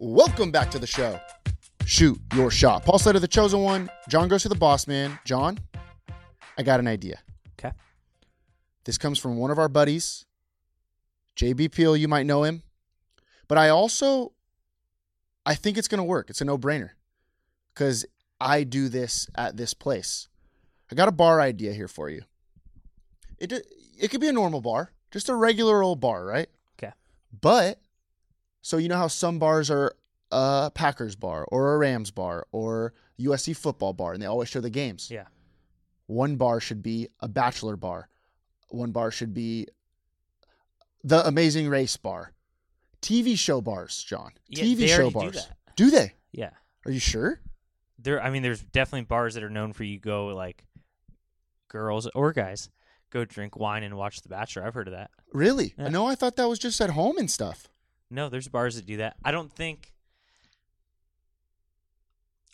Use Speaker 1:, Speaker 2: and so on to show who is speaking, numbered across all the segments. Speaker 1: Welcome back to the show. Shoot Your Shot. Paul Slater, the chosen one. John goes to the boss man. John, I got an idea.
Speaker 2: Okay.
Speaker 1: This comes from one of our buddies, JB Peel. You might know him, but I also, I think it's going to work. It's a no-brainer because I do this at this place. I got a bar idea here for you. It it could be a normal bar, just a regular old bar, right?
Speaker 2: Okay.
Speaker 1: But so you know how some bars are a Packers bar or a Rams bar or USC football bar, and they always show the games
Speaker 2: Yeah.
Speaker 1: one bar should be a bachelor bar one bar should be the amazing race bar tv show bars john
Speaker 2: Yeah,
Speaker 1: tv
Speaker 2: they
Speaker 1: show
Speaker 2: already do
Speaker 1: bars
Speaker 2: that.
Speaker 1: do, they
Speaker 2: Yeah.
Speaker 1: are you sure
Speaker 2: There I mean there's definitely bars that are known for you go like girls or guys go drink wine and watch The Bachelor. I've heard of that.
Speaker 1: really
Speaker 2: Yeah.
Speaker 1: no i thought that was just at home and stuff
Speaker 2: No, there's bars that do that. I don't think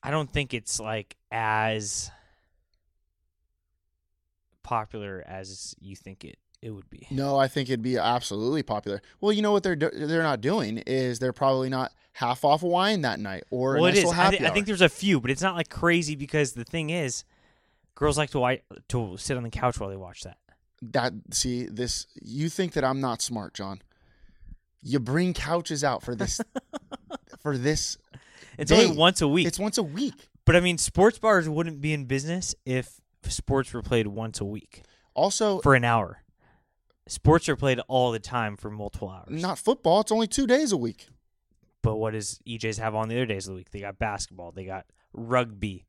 Speaker 2: I don't think it's like as popular as you think it it would be.
Speaker 1: no i think it'd be absolutely popular well you know what they're do- they're not doing is they're probably not half off wine that night or a
Speaker 2: well, it
Speaker 1: nice
Speaker 2: is.
Speaker 1: little
Speaker 2: I,
Speaker 1: happy
Speaker 2: thi- I think
Speaker 1: hour.
Speaker 2: there's a few, but it's not like crazy because the thing is, girls like to wi- to sit on the couch while they watch that.
Speaker 1: that see this you think that I'm not smart, John. You bring couches out for this for this
Speaker 2: It's
Speaker 1: day.
Speaker 2: only once a week.
Speaker 1: It's once a week.
Speaker 2: But I mean, sports bars wouldn't be in business if sports were played once a week
Speaker 1: Also
Speaker 2: for an hour. Sports are played all the time for multiple hours.
Speaker 1: not football, it's only 2 days a week.
Speaker 2: But what does EJs have on the other days of the week? They got basketball. They got rugby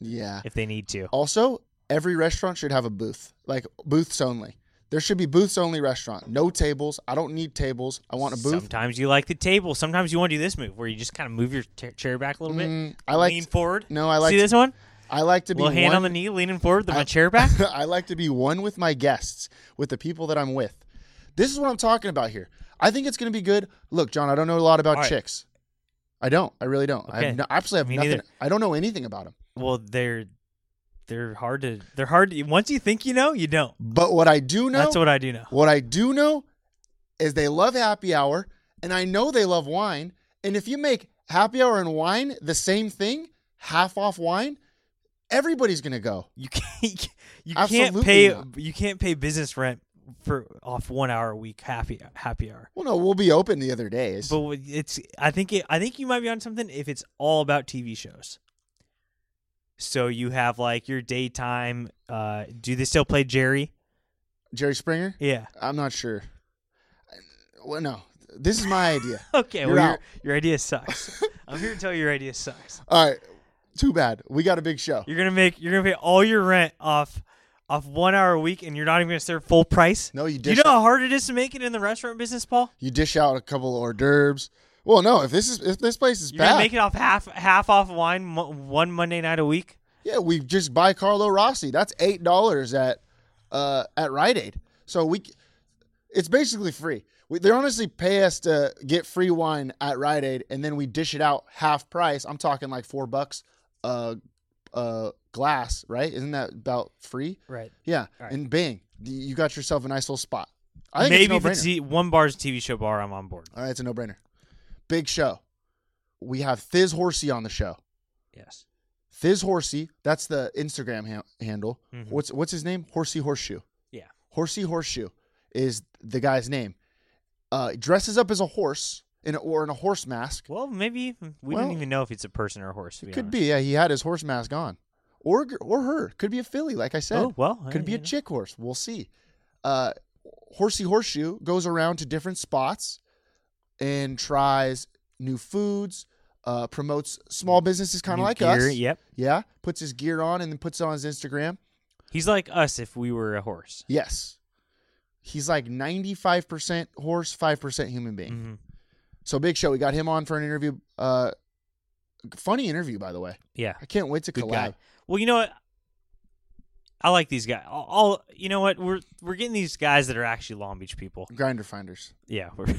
Speaker 1: Yeah.
Speaker 2: if they need to.
Speaker 1: Also, every restaurant should have a booth. Like booths only. There should be booths only restaurant. No tables. I don't need tables. I want a booth.
Speaker 2: Sometimes you like the table. Sometimes you want to do this move where you just kind of move your t- chair back a little bit.
Speaker 1: Mm, I like
Speaker 2: lean forward.
Speaker 1: No, I like
Speaker 2: see
Speaker 1: to-
Speaker 2: this one.
Speaker 1: I like to be
Speaker 2: Little hand
Speaker 1: one,
Speaker 2: on the knee, leaning forward, with
Speaker 1: I-
Speaker 2: my chair back.
Speaker 1: I like to be one with my guests, with the people that I'm with. This is what I'm talking about here. I think it's going to be good. Look, John, I don't know a lot about
Speaker 2: All right.
Speaker 1: chicks. I don't. I really don't. I
Speaker 2: Okay.
Speaker 1: have no, absolutely have
Speaker 2: Me
Speaker 1: nothing.
Speaker 2: neither.
Speaker 1: I don't know anything about them.
Speaker 2: well, they're they're hard to they're hard. To, once you think you know, you don't.
Speaker 1: But what I do know,
Speaker 2: That's what I do know.
Speaker 1: what I do know, is they love happy hour, and I know they love wine. And if you make happy hour and wine the same thing, half off wine, everybody's going to go.
Speaker 2: You can't. You
Speaker 1: Absolutely
Speaker 2: can't pay.
Speaker 1: not.
Speaker 2: You can't pay business rent for off one hour a week happy happy hour.
Speaker 1: Well, no, we'll be open the other days.
Speaker 2: But what- it's. I think. It, I think you might be on something if it's all about TV shows. So you have like your daytime. Uh, do they still play Jerry?
Speaker 1: Jerry Springer.
Speaker 2: Yeah.
Speaker 1: I'm not sure. Well, no, this is my idea.
Speaker 2: Okay.
Speaker 1: You're
Speaker 2: well, your,
Speaker 1: out.
Speaker 2: your idea sucks. I'm here to tell you your idea sucks.
Speaker 1: All right, too bad. We got a big show.
Speaker 2: You're gonna make. You're gonna pay all your rent off. Off one hour a week, and you're not even gonna serve full price.
Speaker 1: No, you
Speaker 2: Do you
Speaker 1: dish
Speaker 2: know how hard it is to make it in the restaurant business, Paul?
Speaker 1: You dish out a couple hors d'oeuvres. Well, no, if this is if this place is
Speaker 2: You're
Speaker 1: bad,
Speaker 2: gonna make it off half half off wine mo- one Monday night a week.
Speaker 1: yeah, we just buy Carlo Rossi. That's eight dollars at uh at Rite Aid. So we, c- it's basically free. We, they honestly pay us to get free wine at Rite Aid, and then we dish it out half price. I'm talking like four bucks a a glass, right? Isn't that about free?
Speaker 2: Right.
Speaker 1: Yeah,
Speaker 2: Alright.
Speaker 1: and bang, you got yourself a nice little spot. I think
Speaker 2: Maybe
Speaker 1: it's
Speaker 2: if
Speaker 1: a
Speaker 2: it's e-
Speaker 1: no-brainer.
Speaker 2: the- one bar's TV show bar, I'm on board.
Speaker 1: All right, it's a no-brainer. Big show. We have Thiz Horsey on the show.
Speaker 2: Yes.
Speaker 1: Thiz Horsey, that's the Instagram ha- handle. What's what's his name? Horsey Horseshoe.
Speaker 2: Mm-hmm. Yeah.
Speaker 1: Horsey Horseshoe is the guy's name. Uh, dresses up as a horse in a, or in a horse mask.
Speaker 2: Well, maybe we
Speaker 1: Well,
Speaker 2: don't even know if it's a person or a horse. to
Speaker 1: It could
Speaker 2: honest.
Speaker 1: be. Yeah, he had his horse mask on, or gr- or her. Could be a filly, like I said.
Speaker 2: Oh, well,
Speaker 1: could
Speaker 2: hey,
Speaker 1: be a
Speaker 2: you know.
Speaker 1: chick horse. We'll see. Uh, horsey horseshoe goes around to different spots and tries new foods. Uh, promotes small businesses, kind
Speaker 2: New
Speaker 1: of like
Speaker 2: gear,
Speaker 1: us.
Speaker 2: Yep.
Speaker 1: Yeah. Puts his gear on and then puts it on his Instagram.
Speaker 2: He's like us if we were a horse.
Speaker 1: Yes. He's like 95% horse, 5% human being.
Speaker 2: Mhm.
Speaker 1: So Big Show, we got him on for an interview. Uh, funny interview, by the way.
Speaker 2: Yeah.
Speaker 1: I can't wait to
Speaker 2: Good guy.
Speaker 1: collab.
Speaker 2: Well, you know what? I like these guys. All, all you know what? We're we're getting these guys that are actually Long Beach people.
Speaker 1: Grinder finders.
Speaker 2: Yeah. We're,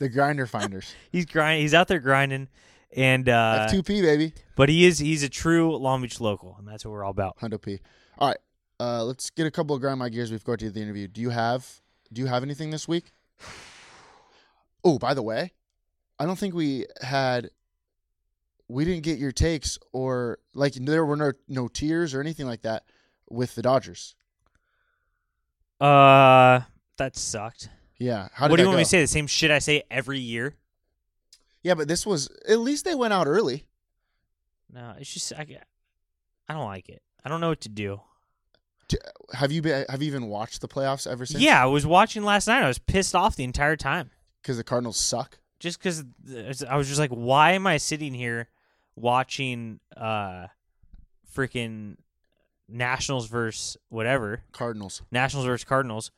Speaker 1: The grinder finders.
Speaker 2: he's grind. He's out there grinding, and uh,
Speaker 1: F2P, baby.
Speaker 2: but he is he's a true Long Beach local, and that's what we're all about.
Speaker 1: Hundo P. All right. Uh, let's get a couple of grind my gears before we go to the interview. Do you have do you have anything this week? Oh, by the way, I don't think we had we didn't get your takes or like there were no no tears or anything like that with the Dodgers.
Speaker 2: Uh, that sucked.
Speaker 1: Yeah. How did
Speaker 2: what do you
Speaker 1: that
Speaker 2: want me
Speaker 1: go?
Speaker 2: to say? The same shit I say every year.
Speaker 1: Yeah, but this was at least they went out early.
Speaker 2: No, it's just I, I don't like it. I don't know what to do.
Speaker 1: Have you been? Have you even watched the playoffs ever since?
Speaker 2: Yeah, I was watching last night. I was pissed off the entire time.
Speaker 1: because the Cardinals suck.
Speaker 2: just because I was just like, why am I sitting here watching uh freaking Nationals versus whatever
Speaker 1: Cardinals.
Speaker 2: Nationals versus Cardinals,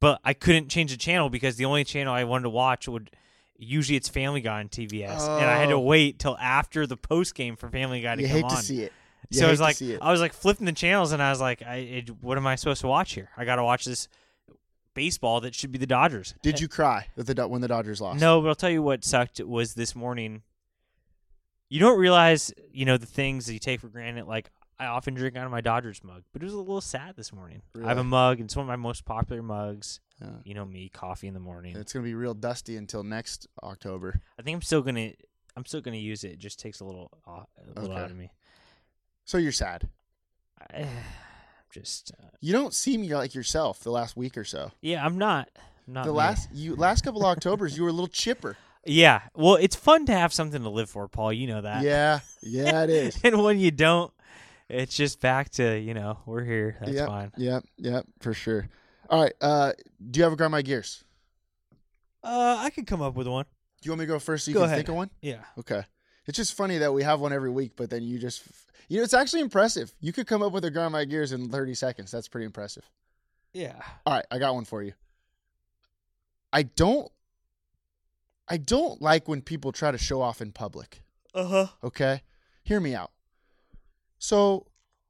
Speaker 2: but I couldn't change the channel because the only channel I wanted to watch would usually it's Family Guy on TBS, and I had to
Speaker 1: Oh.
Speaker 2: wait till after the post game for Family Guy to
Speaker 1: you
Speaker 2: come
Speaker 1: hate
Speaker 2: on.
Speaker 1: to see it. You
Speaker 2: so I
Speaker 1: hate
Speaker 2: was
Speaker 1: to
Speaker 2: like, uh,
Speaker 1: see it.
Speaker 2: I was like flipping the channels, and I was like, I, it, what am I supposed to watch here? I got to watch this baseball that should be the Dodgers.
Speaker 1: did you cry with the Do- when the Dodgers lost?
Speaker 2: No, but I'll tell you what sucked was this morning. You don't realize, you know, the things that you take for granted. Like I often drink out of my Dodgers mug, but it was a little sad this morning. I have a
Speaker 1: Really?
Speaker 2: mug, and it's one of my most popular mugs.
Speaker 1: Yeah.
Speaker 2: You know me, coffee in the morning.
Speaker 1: It's gonna be real dusty until next October.
Speaker 2: I think I'm still gonna, I'm still gonna use it. It just takes a little, uh, a little
Speaker 1: Okay.
Speaker 2: out of me.
Speaker 1: So you're sad.
Speaker 2: I, just, uh,
Speaker 1: You don't seem like yourself the last week or so.
Speaker 2: yeah, I'm not, I'm not
Speaker 1: the
Speaker 2: me.
Speaker 1: last you last couple of Octobers, you were a little chipper.
Speaker 2: Yeah, well, it's fun to have something to live for, Paul. You know that.
Speaker 1: yeah, yeah, it is.
Speaker 2: and when you don't, it's just back to you know we're here. That's
Speaker 1: yep,
Speaker 2: fine.
Speaker 1: Yep, yep, for sure. All right. Uh, do you have a grind my gears?
Speaker 2: Uh, I could come up with one.
Speaker 1: Do you want me to go first so you
Speaker 2: Go
Speaker 1: can
Speaker 2: ahead.
Speaker 1: think of one?
Speaker 2: Yeah.
Speaker 1: Okay. It's just funny that we have one every week, but then you just, you know, it's actually impressive. You could come up with a grind my gears in 30 seconds. That's pretty impressive.
Speaker 2: Yeah.
Speaker 1: All right, I got one for you. I don't, I don't like when people try to show off in public.
Speaker 2: Uh huh.
Speaker 1: Okay, hear me out. So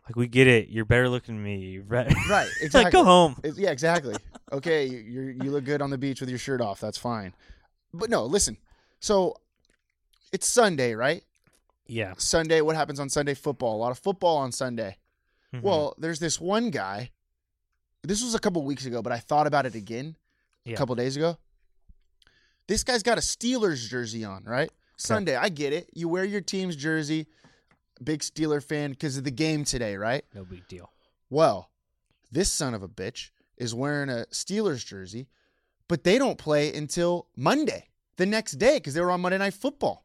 Speaker 2: Like we get it. You're better looking than me. You're Right.
Speaker 1: right, exactly.
Speaker 2: like go home.
Speaker 1: It- yeah, exactly. Okay, you you're, you look good on the beach with your shirt off. That's fine. But no, listen. So it's Sunday, right?
Speaker 2: Yeah.
Speaker 1: Sunday, what happens on Sunday? Football. A lot of football on Sunday.
Speaker 2: Mhm.
Speaker 1: Well, there's this one guy. This was a couple weeks ago, but I thought about it again
Speaker 2: Yeah.
Speaker 1: a couple days ago. This guy's got a Steelers jersey on, right? Sunday. I get it. You wear your team's jersey, big Steeler fan because of the game today, right?
Speaker 2: no big deal.
Speaker 1: Well, this son of a bitch is wearing a Steelers jersey, but they don't play until Monday, the next day, because they were on Monday Night Football.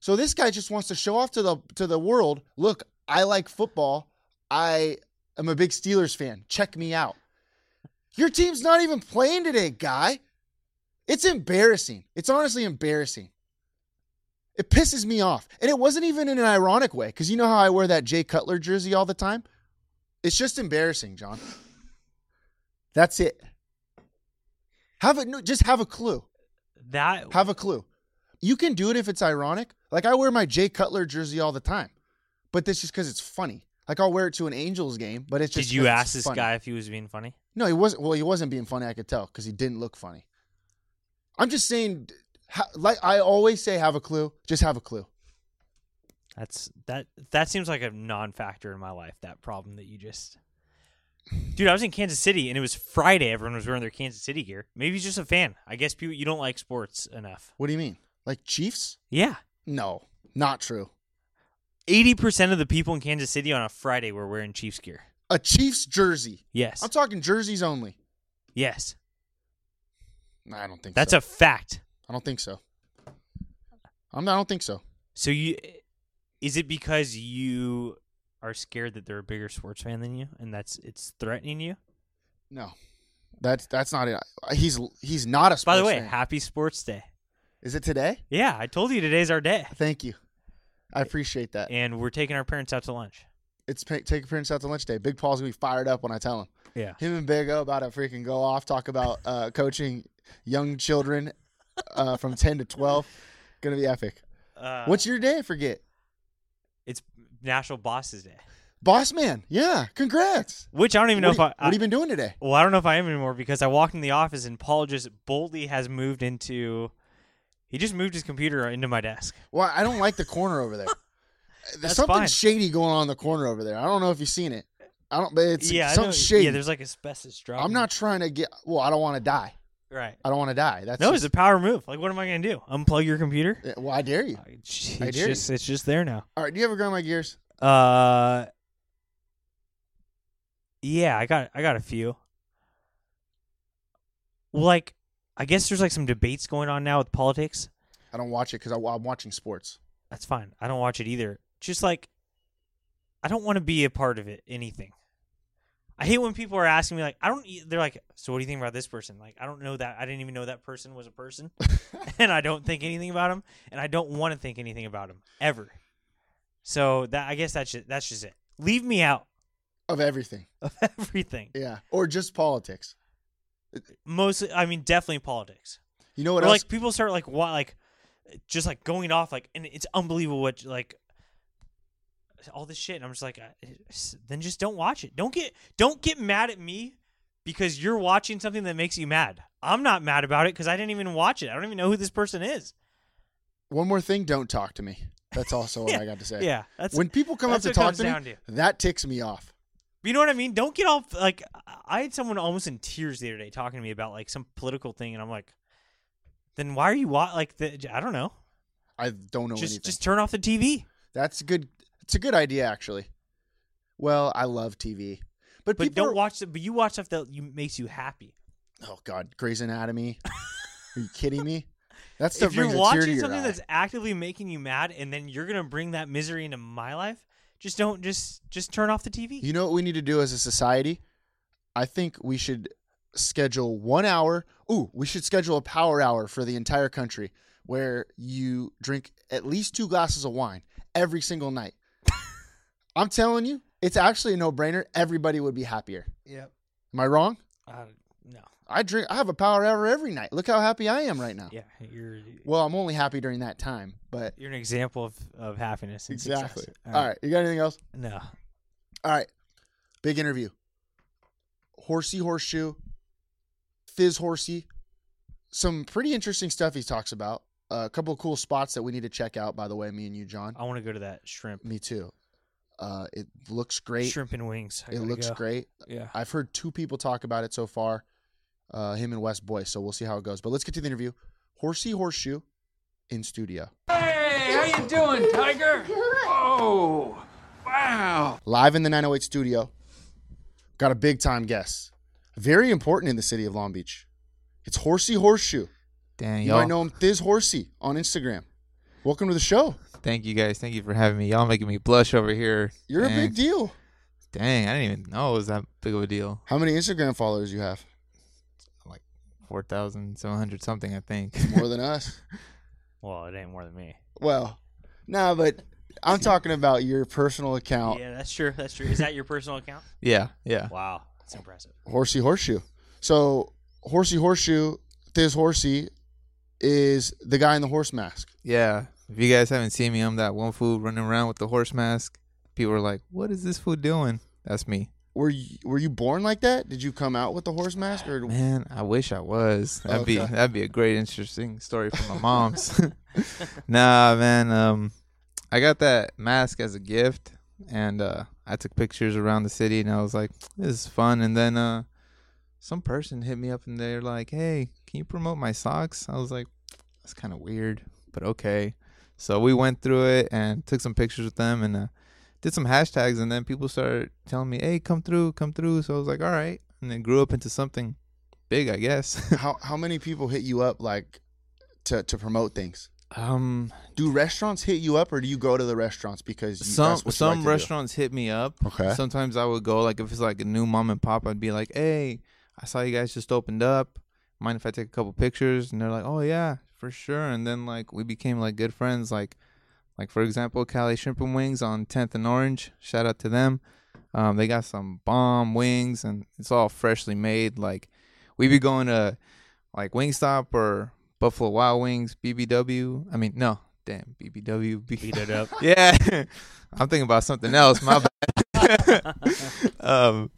Speaker 1: So this guy just wants to show off to the to the world. Look, I like football. I am a big Steelers fan. Check me out. Your team's not even playing today, guy. It's embarrassing. It's honestly embarrassing. It pisses me off. And it wasn't even in an ironic way, because you know how I wear that Jay Cutler jersey all the time? It's just embarrassing, John. That's it. Have a no, just have a clue.
Speaker 2: That
Speaker 1: Have a clue. You can do it if it's ironic. Like I wear my Jay Cutler jersey all the time, but this is because it's funny. Like I'll wear it to an Angels game, but it's just.
Speaker 2: did you
Speaker 1: 'cause
Speaker 2: ask
Speaker 1: it's
Speaker 2: this
Speaker 1: funny.
Speaker 2: guy if he was being funny?
Speaker 1: No, he wasn't. Well, he wasn't being funny. I could tell because he didn't look funny. I'm just saying, ha- like I always say, have a clue. Just have a clue.
Speaker 2: That's that. That seems like a non-factor in my life. That problem that you just. Dude, I was in Kansas City and it was Friday. Everyone was wearing their Kansas City gear. Maybe he's just a fan. I guess people you don't like sports enough.
Speaker 1: What do you mean? Like Chiefs?
Speaker 2: Yeah.
Speaker 1: No, not true.
Speaker 2: Eighty percent of the people in Kansas City on a Friday were wearing Chiefs gear.
Speaker 1: A Chiefs jersey.
Speaker 2: Yes.
Speaker 1: I'm talking jerseys only.
Speaker 2: yes.
Speaker 1: I don't think
Speaker 2: That's
Speaker 1: so.
Speaker 2: a fact.
Speaker 1: I don't think so. I'm, I don't think so.
Speaker 2: So you is it because you are scared that they're a bigger sports fan than you and that's it's threatening you?
Speaker 1: No, that's that's not it. He's he's not a.
Speaker 2: By
Speaker 1: Sports
Speaker 2: the way,
Speaker 1: fan.
Speaker 2: happy sports day.
Speaker 1: is it today?
Speaker 2: Yeah, I told you today's our day.
Speaker 1: Thank you, I appreciate that.
Speaker 2: And we're taking our parents out to lunch.
Speaker 1: It's pa- take parents out to lunch day. Big Paul's gonna be fired up when I tell him.
Speaker 2: Yeah.
Speaker 1: Him and Big O about to freaking go off. Talk about uh, coaching young children uh, from ten to twelve. Gonna be epic.
Speaker 2: Uh,
Speaker 1: What's your day? I forget.
Speaker 2: it's National Bosses Day.
Speaker 1: Boss man. Yeah. Congrats.
Speaker 2: Which I don't even know
Speaker 1: what,
Speaker 2: if
Speaker 1: have
Speaker 2: I,
Speaker 1: you, what have you been doing today?
Speaker 2: Well, I don't know if I am anymore because I walked in the office and Paul just boldly has moved into. He just moved his computer into my desk.
Speaker 1: Well, I don't like the corner over there. There's
Speaker 2: That's
Speaker 1: something
Speaker 2: fine.
Speaker 1: shady going on in the corner over there. I don't know if you've seen it. I don't. But it's
Speaker 2: yeah, I
Speaker 1: something
Speaker 2: know-
Speaker 1: shady.
Speaker 2: yeah. There's like asbestos drop.
Speaker 1: I'm not trying to get. Well, I don't want to die.
Speaker 2: right.
Speaker 1: I don't want to die. That's
Speaker 2: No, it's
Speaker 1: just-
Speaker 2: a power move. Like, what am I gonna do? Unplug your computer?
Speaker 1: Yeah, well, I dare you.
Speaker 2: It's
Speaker 1: I dare
Speaker 2: just, it's just there now.
Speaker 1: All right. Do you ever grind my gears?
Speaker 2: Uh, yeah, I got, I got a few. Well, Like, I guess there's like some debates going on now with politics.
Speaker 1: I don't watch it because I'm watching sports.
Speaker 2: that's fine. I don't watch it either. Just like I don't want to be a part of it anything. I hate when people are asking me like I don't e- they're like so what do you think about this person? Like I don't know that I didn't even know that person was a person and I don't think anything about him and I don't want to think anything about him ever. So that I guess that's just, that's just it. Leave me out
Speaker 1: Of everything.
Speaker 2: of everything.
Speaker 1: Yeah. Or just politics.
Speaker 2: Mostly I mean definitely politics.
Speaker 1: You know what
Speaker 2: or
Speaker 1: else?
Speaker 2: like people start like why like just like going off like and it's unbelievable what like all this shit and i'm just like I- it's- then just don't watch it don't get don't get mad at me because you're watching something that makes you mad i'm not mad about it because i didn't even watch it i don't even know who this person is
Speaker 1: One more thing. Don't talk to me. That's also what I got to say.
Speaker 2: yeah that's
Speaker 1: when people come up
Speaker 2: that's
Speaker 1: to
Speaker 2: what it
Speaker 1: talk
Speaker 2: comes
Speaker 1: to me,
Speaker 2: down to.
Speaker 1: that ticks me off.
Speaker 2: You know what I mean? Don't get all like I had someone almost in tears the other day talking to me about like some political thing, and I'm like, then why are you wa- like the, I don't know,
Speaker 1: I don't know
Speaker 2: just
Speaker 1: anything.
Speaker 2: just turn off the TV.
Speaker 1: That's a good. It's a good idea, actually. Well, I love TV, but,
Speaker 2: But
Speaker 1: people
Speaker 2: don't
Speaker 1: are-
Speaker 2: watch it. But you watch stuff that you, makes you happy.
Speaker 1: Oh God, Grey's Anatomy. are you kidding me? That stuff
Speaker 2: If you're
Speaker 1: brings a tear to
Speaker 2: watching
Speaker 1: your
Speaker 2: something
Speaker 1: eye.
Speaker 2: that's actively making you mad, and then you're gonna bring that misery into my life, just don't. Just just turn off the TV.
Speaker 1: You know what we need to do as a society? I think we should schedule one hour. Ooh, we should schedule a power hour for the entire country where you drink at least two glasses of wine every single night. I'm telling you, it's actually a no brainer. Everybody would be happier.
Speaker 2: Yep.
Speaker 1: Am I wrong?
Speaker 2: Uh, no.
Speaker 1: I drink. I have a power hour every night. Look how happy I am right now.
Speaker 2: Yeah, you're
Speaker 1: Well, I'm only happy during that time, but
Speaker 2: you're an example of of happiness. And success.
Speaker 1: exactly. All right, you got anything else?
Speaker 2: No.
Speaker 1: All right. Big interview. Horsey horseshoe. Fizz horsey. Some pretty interesting stuff he talks about. a couple of cool spots that we need to check out, by the way, me and you, John.
Speaker 2: I want to go to that shrimp.
Speaker 1: Me too. Uh, it looks great.
Speaker 2: Shrimp and wings. I
Speaker 1: it
Speaker 2: gotta
Speaker 1: looks
Speaker 2: go.
Speaker 1: great.
Speaker 2: Yeah.
Speaker 1: I've heard two people talk about it so far, uh, him and West Boyce. So we'll see how it goes. But let's get to the interview. Horsey horseshoe in studio.
Speaker 3: Hey, how you doing, Tiger? Oh, wow.
Speaker 1: live in the 908 studio. Got a big time guest. Very important in the city of Long Beach. It's Horsey Horseshoe.
Speaker 4: Damn,
Speaker 1: You
Speaker 4: y'all.
Speaker 1: might know him Thiz Horsey on Instagram. Welcome to the show.
Speaker 4: Thank you guys. Thank you for having me. Y'all making me blush over here.
Speaker 1: You're a
Speaker 4: Dang.
Speaker 1: big deal.
Speaker 4: Dang, I didn't even know it was that big of a deal.
Speaker 1: How many Instagram followers you have?
Speaker 4: Four thousand seven hundred something, I think.
Speaker 1: More than us.
Speaker 2: Well, it ain't more than me.
Speaker 1: Well, nah, but I'm talking about your personal account,
Speaker 2: Yeah, that's true. That's true. Is that your personal account?
Speaker 4: yeah, yeah.
Speaker 2: Wow, that's impressive.
Speaker 1: Horsey Horseshoe. So Horsey Horseshoe, Thiz Horsey is the guy in the horse mask.
Speaker 4: Yeah. If you guys haven't seen me, I'm that one fool running around with the horse mask. People are like, What is this fool doing? That's me.
Speaker 1: Were you, were you born like that? Did you come out with the horse mask or
Speaker 4: Man, I wish I was. That'd be
Speaker 1: Okay.
Speaker 4: that'd be a great interesting story for my mom's. nah, man. Um, I got that mask as a gift, and uh, I took pictures around the city, and I was like, "This is fun." And then uh, some person hit me up, and they're like, "Hey, can you promote my socks?" I was like, "That's kind of weird, but okay." So we went through it and took some pictures with them, and uh, did some hashtags, and then people started telling me, "Hey, come through, come through." So I was like, "All right," and then grew up into something big, I guess.
Speaker 1: how how many people hit you up like to to promote things?
Speaker 4: Um,
Speaker 1: Do restaurants hit you up, or do you go to the restaurants because you,
Speaker 4: some
Speaker 1: that's what you
Speaker 4: some
Speaker 1: like to do?
Speaker 4: restaurants hit me up.
Speaker 1: Okay.
Speaker 4: Sometimes I would go like if it's like a new mom and pop, I'd be like, "Hey, I saw you guys just opened up. Mind if I take a couple pictures?" And they're like, "Oh yeah, for sure." And then like we became like good friends. Like, like for example, Cali Shrimp and Wings on 10th and Orange. Shout out to them. Um, they got some bomb wings, and it's all freshly made. Like, we be going to like Wingstop or Buffalo Wild Wings, BBW. I mean, no, damn, BBW. B-
Speaker 2: Beat it up.
Speaker 4: yeah, I'm thinking about something else. My bad. um,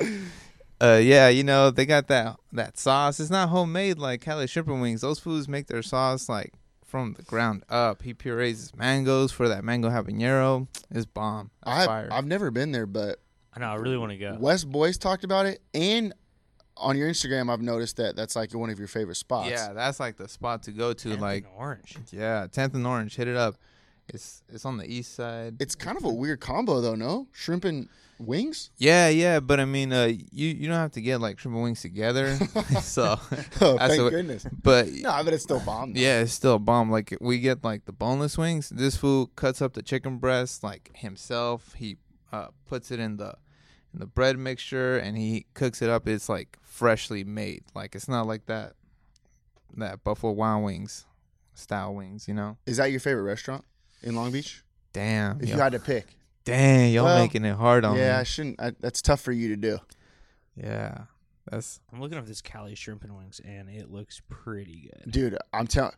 Speaker 4: uh, yeah, you know they got that that sauce. It's not homemade like Cali Shrimp and Wings. Those foods make their sauce like from the ground up. He purees his mangoes for that mango habanero. It's bomb. It's
Speaker 1: I've,
Speaker 4: fire.
Speaker 1: I've never been there, but
Speaker 2: I know. I really want to go.
Speaker 1: West Boys talked about it, and on your Instagram, I've noticed that that's like one of your favorite spots.
Speaker 4: yeah, that's like the spot to go to.
Speaker 2: Panther
Speaker 4: Like,
Speaker 2: and orange.
Speaker 4: yeah, Tenth and Orange, hit it up. It's it's on the east side.
Speaker 1: it's kind of a weird combo, though. No shrimp and wings.
Speaker 4: Yeah, yeah, but I mean, uh, you you don't have to get like shrimp and wings together. so
Speaker 1: Oh,
Speaker 4: that's
Speaker 1: thank
Speaker 4: what-
Speaker 1: goodness.
Speaker 4: But
Speaker 1: No, but it's still bomb. though.
Speaker 4: yeah, it's still a bomb. Like we get like the boneless wings. This fool cuts up the chicken breast like himself. He uh, puts it in the in the bread mixture and he cooks it up. It's like freshly made. Like it's not like that that Buffalo Wild Wings style wings. You know?
Speaker 1: Is that your favorite restaurant in Long Beach?
Speaker 4: Damn,
Speaker 1: If
Speaker 4: yo,
Speaker 1: you had to pick,
Speaker 4: damn, y'all
Speaker 1: Well,
Speaker 4: making it hard on
Speaker 1: yeah, I
Speaker 4: me.
Speaker 1: shouldn't. I, that's tough for you to do.
Speaker 4: Yeah, that's
Speaker 2: I'm looking up this Cali shrimp and wings, and it looks pretty good.
Speaker 1: dude. I'm telling.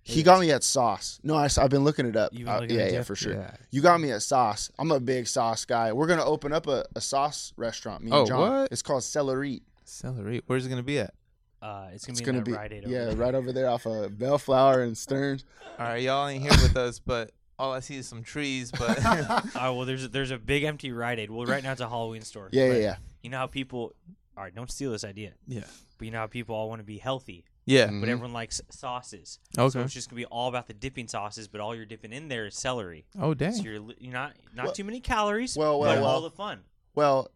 Speaker 1: He got me at sauce. No, I, have been looking it up.
Speaker 2: You've been
Speaker 1: Uh,
Speaker 2: looking
Speaker 1: yeah,
Speaker 2: it
Speaker 1: yeah,
Speaker 2: up?
Speaker 1: for sure.
Speaker 4: Yeah.
Speaker 1: You got me at sauce. I'm a big sauce guy. We're gonna open up a, a sauce restaurant. Me and
Speaker 4: Oh,
Speaker 1: John.
Speaker 4: what?
Speaker 1: It's called Celery.
Speaker 4: celery. Where's it gonna be at?
Speaker 2: Uh, it's gonna
Speaker 1: It's
Speaker 2: be
Speaker 1: gonna
Speaker 2: in that
Speaker 1: be
Speaker 2: Rite Aid over
Speaker 1: yeah,
Speaker 2: there.
Speaker 1: right over there off of Bellflower and Stearns.
Speaker 4: All right, y'all ain't here with us, but all I see is some trees. But
Speaker 2: Oh well, there's a, there's a big empty Rite Aid. Well, right now it's a Halloween store.
Speaker 1: Yeah, yeah,
Speaker 2: but
Speaker 1: yeah.
Speaker 2: You know how people. All right, don't steal this idea.
Speaker 4: yeah,
Speaker 2: But you know how people all want to be healthy,
Speaker 4: yeah,
Speaker 1: Mm-hmm.
Speaker 2: but everyone likes sauces. So
Speaker 4: Okay.
Speaker 2: it's just gonna be all about the dipping sauces, but all you're dipping in there is celery.
Speaker 4: Oh dang!
Speaker 2: So you're, li- you're not not too many calories.
Speaker 1: well, well,
Speaker 2: but
Speaker 1: well.
Speaker 2: all the fun.
Speaker 1: Well,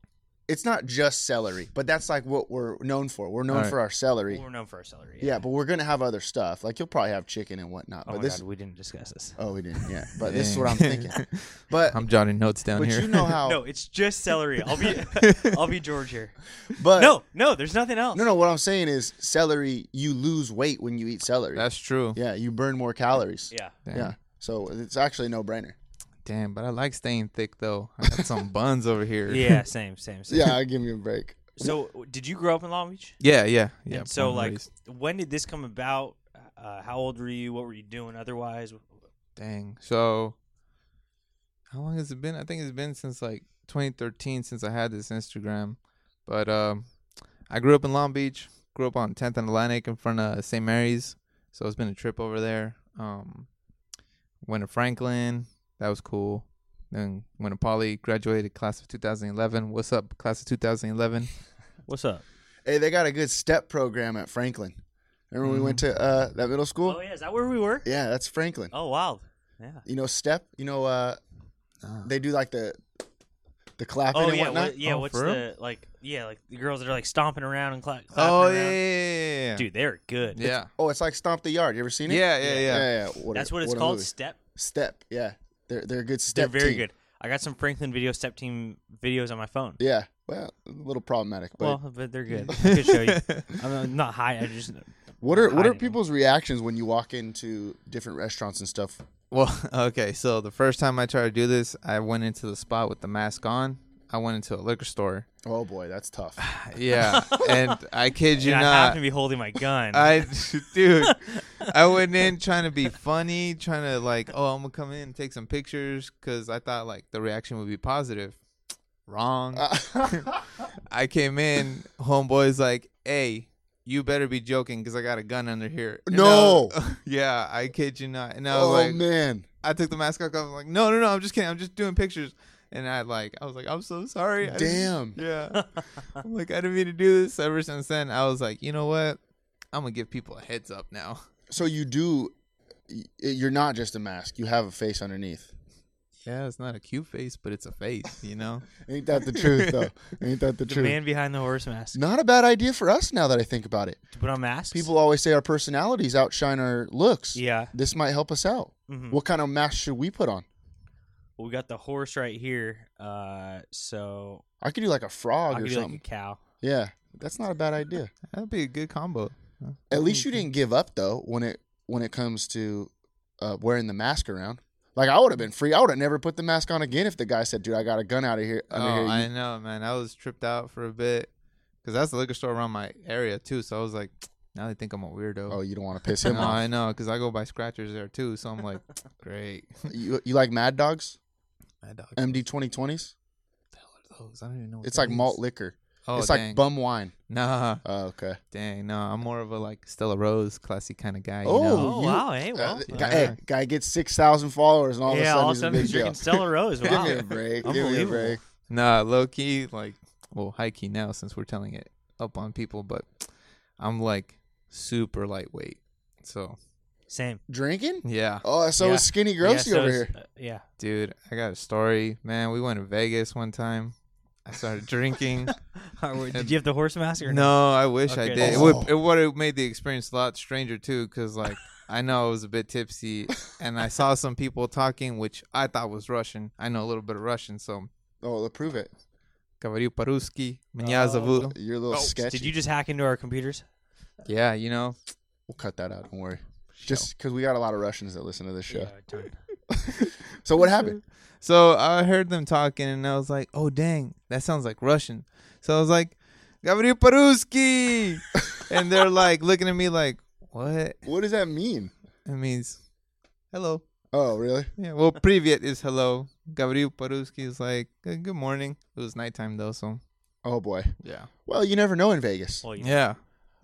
Speaker 1: it's not just celery, but that's like what we're known for. We're known
Speaker 4: All right.
Speaker 1: for our celery.
Speaker 2: Well, we're known for our celery.
Speaker 1: yeah, but we're gonna have other stuff. Like you'll probably have chicken and whatnot.
Speaker 2: Oh
Speaker 1: but
Speaker 2: my
Speaker 1: this.
Speaker 2: god, we didn't discuss this.
Speaker 1: Oh, we didn't. Yeah, but this is what I'm thinking. But
Speaker 4: I'm jotting notes down
Speaker 1: but
Speaker 4: here.
Speaker 1: you know how.
Speaker 2: No, it's just celery. I'll be I'll be George here.
Speaker 1: but
Speaker 2: No, no, there's nothing else.
Speaker 1: No, no. What I'm saying is, celery. You lose weight when you eat celery.
Speaker 4: That's true.
Speaker 1: yeah, you burn more calories.
Speaker 2: Yeah.
Speaker 4: Damn.
Speaker 1: yeah. So it's actually a no-brainer.
Speaker 4: Damn, but I like staying thick though. I got some buns over here.
Speaker 2: Yeah, same, same, same.
Speaker 1: Yeah, give me a break.
Speaker 2: So, did you grow up in Long Beach?
Speaker 4: yeah, yeah, yeah.
Speaker 2: and so,
Speaker 4: born and
Speaker 2: like,
Speaker 4: raised.
Speaker 2: when did this come about? Uh, how old were you? What were you doing otherwise?
Speaker 4: dang. So, how long has it been? I think it's been since like 2013 since I had this Instagram. But um, I grew up in Long Beach. Grew up on 10th and Atlantic in front of St. Mary's. So it's been a trip over there. Um, went to Franklin. That was cool. Then went to Poly. Graduated class of 2011. What's up, class of 2011?
Speaker 2: What's up?
Speaker 1: Hey, they got a good step program at Franklin. Remember when we went to uh, that middle school?
Speaker 2: Oh yeah, is that where we were?
Speaker 1: Yeah, that's Franklin.
Speaker 2: Oh wild. Yeah.
Speaker 1: You know, step. You know, uh, they do like the the clapping
Speaker 2: Oh
Speaker 1: and
Speaker 2: yeah,
Speaker 1: whatnot.
Speaker 2: what, yeah.
Speaker 4: Oh,
Speaker 2: what's
Speaker 4: for real?
Speaker 2: the like? Yeah, like the girls that are like stomping around and cla- clapping
Speaker 4: Oh
Speaker 2: around.
Speaker 4: yeah, yeah, yeah, yeah.
Speaker 2: Dude, they're good.
Speaker 4: Yeah.
Speaker 1: Oh, it's like stomp the yard. You ever seen it?
Speaker 4: Yeah, yeah, yeah.
Speaker 1: yeah. What a-
Speaker 2: That's what it's
Speaker 1: a
Speaker 2: called.
Speaker 1: movie.
Speaker 2: Step.
Speaker 1: Step. Yeah, they're they're a good step.
Speaker 2: they're very
Speaker 1: team.
Speaker 2: good. I got some Franklin Video Step Team videos on my phone.
Speaker 1: Yeah. Well, a little problematic, but
Speaker 2: well, but they're good. I could show you. I'm uh, not high. I just
Speaker 1: What are what are
Speaker 2: hiding them.
Speaker 1: people's reactions when you walk into different restaurants and stuff?
Speaker 4: Well, okay. So the first time I tried to do this, I went into the spot with the mask on. I went into a liquor store.
Speaker 1: Oh boy, that's tough.
Speaker 4: Yeah, and I kid you
Speaker 2: and I
Speaker 4: not,
Speaker 2: happen to be holding my gun.
Speaker 4: I dude, I went in trying to be funny, trying to like, oh, I'm gonna come in and take some pictures because I thought like the reaction would be positive. Wrong.
Speaker 2: Uh.
Speaker 4: I came in, homeboy's like, hey, you better be joking because I got a gun under here. And I
Speaker 1: No.
Speaker 4: was- yeah, I kid you not. And I was
Speaker 1: oh
Speaker 4: like,
Speaker 1: man,
Speaker 4: I took the mask off. I was like, no, no, no, I'm just kidding. I'm just doing pictures. And I like, I was like, I'm so sorry. I
Speaker 1: Damn.
Speaker 4: didn't- Yeah. I'm like, I didn't mean to do this. Ever since then, I was like, you know what? I'm gonna give people a heads up now.
Speaker 1: so you do, y- you're not just a mask. You have a face underneath.
Speaker 4: yeah, it's not a cute face, but it's a face, you know?
Speaker 1: Ain't that the truth though? Ain't that the,
Speaker 2: The
Speaker 1: truth?
Speaker 2: man behind the horse mask.
Speaker 1: Not a bad idea for us now that I think about it.
Speaker 2: To put on masks.
Speaker 1: People always say our personalities outshine our looks.
Speaker 2: Yeah.
Speaker 1: This might help us out.
Speaker 2: Mhm.
Speaker 1: What kind of mask should we put on?
Speaker 2: Well, we got the horse right here. Uh, so
Speaker 1: I could do like a frog
Speaker 2: I
Speaker 1: or
Speaker 2: could do
Speaker 1: something.
Speaker 2: like a cow.
Speaker 1: yeah. That's not a bad idea. Mm,
Speaker 4: That'd be a good combo.
Speaker 1: At least you didn't give up though when it when it comes to uh, wearing the mask around. Like I would have been free. I would have never put the mask on again if the guy said, "Dude, I got a gun out of here." Under
Speaker 4: oh,
Speaker 1: here.
Speaker 4: I
Speaker 1: You-
Speaker 4: know, man. I was tripped out for a bit because that's the liquor store around my area too. So I was like, now they think I'm a weirdo.
Speaker 1: oh, you don't want to piss
Speaker 4: no,
Speaker 1: him off.
Speaker 4: I know because I go by scratchers there too. So I'm like, great.
Speaker 1: You, you like Mad Dogs?
Speaker 4: Mad dog.
Speaker 1: MD 2020s?
Speaker 4: What are those? I don't even know. what
Speaker 1: It's
Speaker 4: that
Speaker 1: like malt
Speaker 4: is.
Speaker 1: liquor.
Speaker 4: Oh,
Speaker 1: it's
Speaker 4: dang.
Speaker 1: like bum wine.
Speaker 4: Nah,
Speaker 1: Oh, okay.
Speaker 4: dang. No, I'm more of a like Stella Rose, classy kind of guy. you
Speaker 1: Oh,
Speaker 4: know?
Speaker 2: Oh
Speaker 1: you-
Speaker 2: wow! Hey, well,
Speaker 1: Uh, th- guy, hey, guy gets 6,000 followers and all
Speaker 2: yeah.
Speaker 1: of
Speaker 2: All
Speaker 1: a
Speaker 2: of a
Speaker 1: sudden
Speaker 2: sudden, he's
Speaker 1: he's a
Speaker 2: drinking
Speaker 1: big deal.
Speaker 2: Stella Rose.
Speaker 1: Give
Speaker 2: Wow.
Speaker 1: me a break. Give me a
Speaker 2: Unbelievable.
Speaker 1: break.
Speaker 4: Nah, low key, like, well, high key now since we're telling it up on people, but I'm like super lightweight. So
Speaker 2: Same.
Speaker 1: Drinking?
Speaker 4: yeah,
Speaker 1: Oh, so
Speaker 2: Yeah.
Speaker 1: is Skinny Grossy
Speaker 2: yeah, so
Speaker 1: over
Speaker 2: it's-
Speaker 1: here.
Speaker 2: uh, yeah.
Speaker 4: dude, I got a story, man. We went to Vegas one time. I started drinking.
Speaker 2: Did you have the horse mask or
Speaker 4: no, I wish I
Speaker 2: Okay.
Speaker 4: did. It would it would have made the experience a lot stranger too, because like I know I was a bit tipsy, and I saw some people talking, which I thought was Russian. I know a little bit of Russian, so.
Speaker 1: Oh, well, prove it.
Speaker 4: Говорю по-русски, меня зовут.
Speaker 1: You're a little
Speaker 2: no?
Speaker 1: sketchy.
Speaker 2: Oh, Did you just hack into our computers?
Speaker 4: Yeah, you know,
Speaker 1: We'll cut that out. Don't worry. Just because we got a lot of Russians that listen to this show.
Speaker 2: a ton.
Speaker 1: So what happened?
Speaker 4: So I heard them talking, and I was like, "Oh dang, that sounds like Russian." So I was like, "Gabriel Paruski," and they're like looking at me like, "What?"
Speaker 1: What does that mean?
Speaker 4: It means hello.
Speaker 1: Oh, really?
Speaker 4: Yeah. Well, privet is hello. Gabriel Paruski is like "Good good morning. It was nighttime though, so
Speaker 1: Oh, boy.
Speaker 4: yeah,
Speaker 1: Well, you never know in Vegas.
Speaker 2: Well, yeah.
Speaker 4: yeah,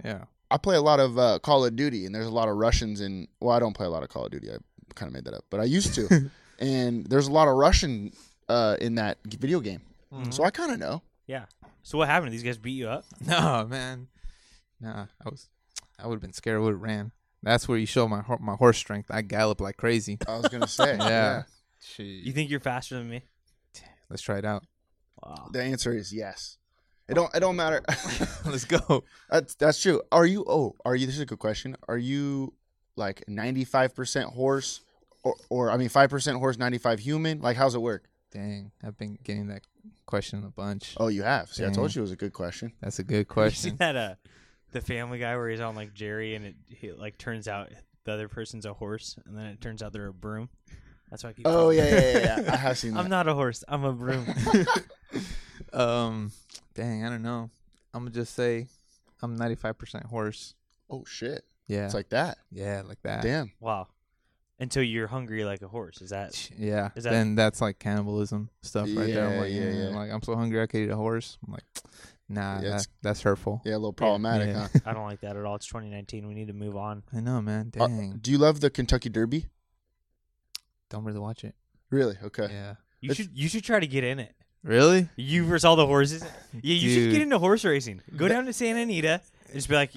Speaker 4: yeah.
Speaker 1: I play a lot of uh, Call of Duty, and there's a lot of Russians in. Well, I don't play a lot of Call of Duty. I kind of made that up, but I used to. and there's a lot of Russian uh, in that g- video game,
Speaker 2: Mm-hmm.
Speaker 1: so I kind of know.
Speaker 2: yeah. So what happened? These guys beat you up?
Speaker 4: No, man. Nah, I was. I would have been scared. I would have ran. That's where you show my hor- my horse strength. I gallop like crazy.
Speaker 1: I was gonna say,
Speaker 4: Yeah.
Speaker 2: You think you're faster than me?
Speaker 4: Let's try it out.
Speaker 2: Wow.
Speaker 1: The answer is yes. It don't. It don't matter.
Speaker 4: Let's go.
Speaker 1: that's that's true. Are you? Oh, are you? This is a good question. Are you like 95 percent horse, or, or I mean, five percent horse, 95 human? Like, how's it work?
Speaker 4: Dang, I've been getting that question a bunch.
Speaker 1: Oh, you have. See, I told
Speaker 4: Dang.
Speaker 1: you it was a good question.
Speaker 4: That's a good
Speaker 2: You seen
Speaker 4: question.
Speaker 2: that uh, the Family Guy where he's on like Jerry and it he, like turns out the other person's a horse and then it turns out they're a broom. That's why I keep.
Speaker 1: Oh yeah, yeah, yeah. yeah. I have seen that.
Speaker 2: I'm not a horse. I'm a broom.
Speaker 4: um, dang, I don't know. I'm gonna just say I'm 95% horse.
Speaker 1: oh shit.
Speaker 4: Yeah,
Speaker 1: It's like that.
Speaker 4: yeah, like that.
Speaker 1: Damn.
Speaker 2: wow. Until you're hungry like a horse. Is that?
Speaker 4: Ch- Yeah,
Speaker 2: Is that-
Speaker 4: then that's like cannibalism stuff right there. I'm
Speaker 1: Yeah,
Speaker 4: like,
Speaker 1: yeah,
Speaker 4: mm,
Speaker 1: yeah.
Speaker 4: like I'm so hungry I could eat a horse. I'm like, nah,
Speaker 1: Yeah, it's-
Speaker 4: that, that's hurtful.
Speaker 1: Yeah, a little problematic,
Speaker 4: Yeah.
Speaker 1: huh?
Speaker 2: I don't like that at all. It's 2019. We need to move on.
Speaker 4: I know, man.
Speaker 1: Are-
Speaker 4: Dang,
Speaker 1: Uh, do you love the Kentucky Derby?
Speaker 4: don't really watch it.
Speaker 1: Really? Okay.
Speaker 4: Yeah,
Speaker 2: You
Speaker 1: It's-
Speaker 2: should you should try to get in it.
Speaker 4: really?
Speaker 2: You versus all the horses. Yeah, you should
Speaker 4: Dude.
Speaker 2: get into horse racing. Go down to Santa Anita and just be like,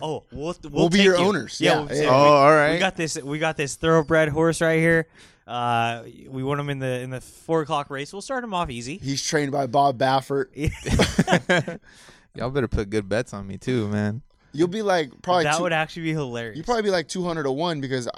Speaker 2: oh, we'll we'll,
Speaker 1: We'll be
Speaker 2: take
Speaker 1: your
Speaker 2: you."
Speaker 1: owners. Yeah,
Speaker 2: we'll
Speaker 1: yeah.
Speaker 2: say,
Speaker 4: Oh, all right.
Speaker 2: We got this. We got this thoroughbred horse right here. Uh, we want him in the in the four o'clock race. We'll start him off easy.
Speaker 1: He's trained by Bob Baffert.
Speaker 4: Y'all better put good bets on me too, man.
Speaker 1: You'll be like probably
Speaker 2: that
Speaker 1: two,
Speaker 2: would actually be hilarious.
Speaker 1: you probably be like 200 to 1 because I-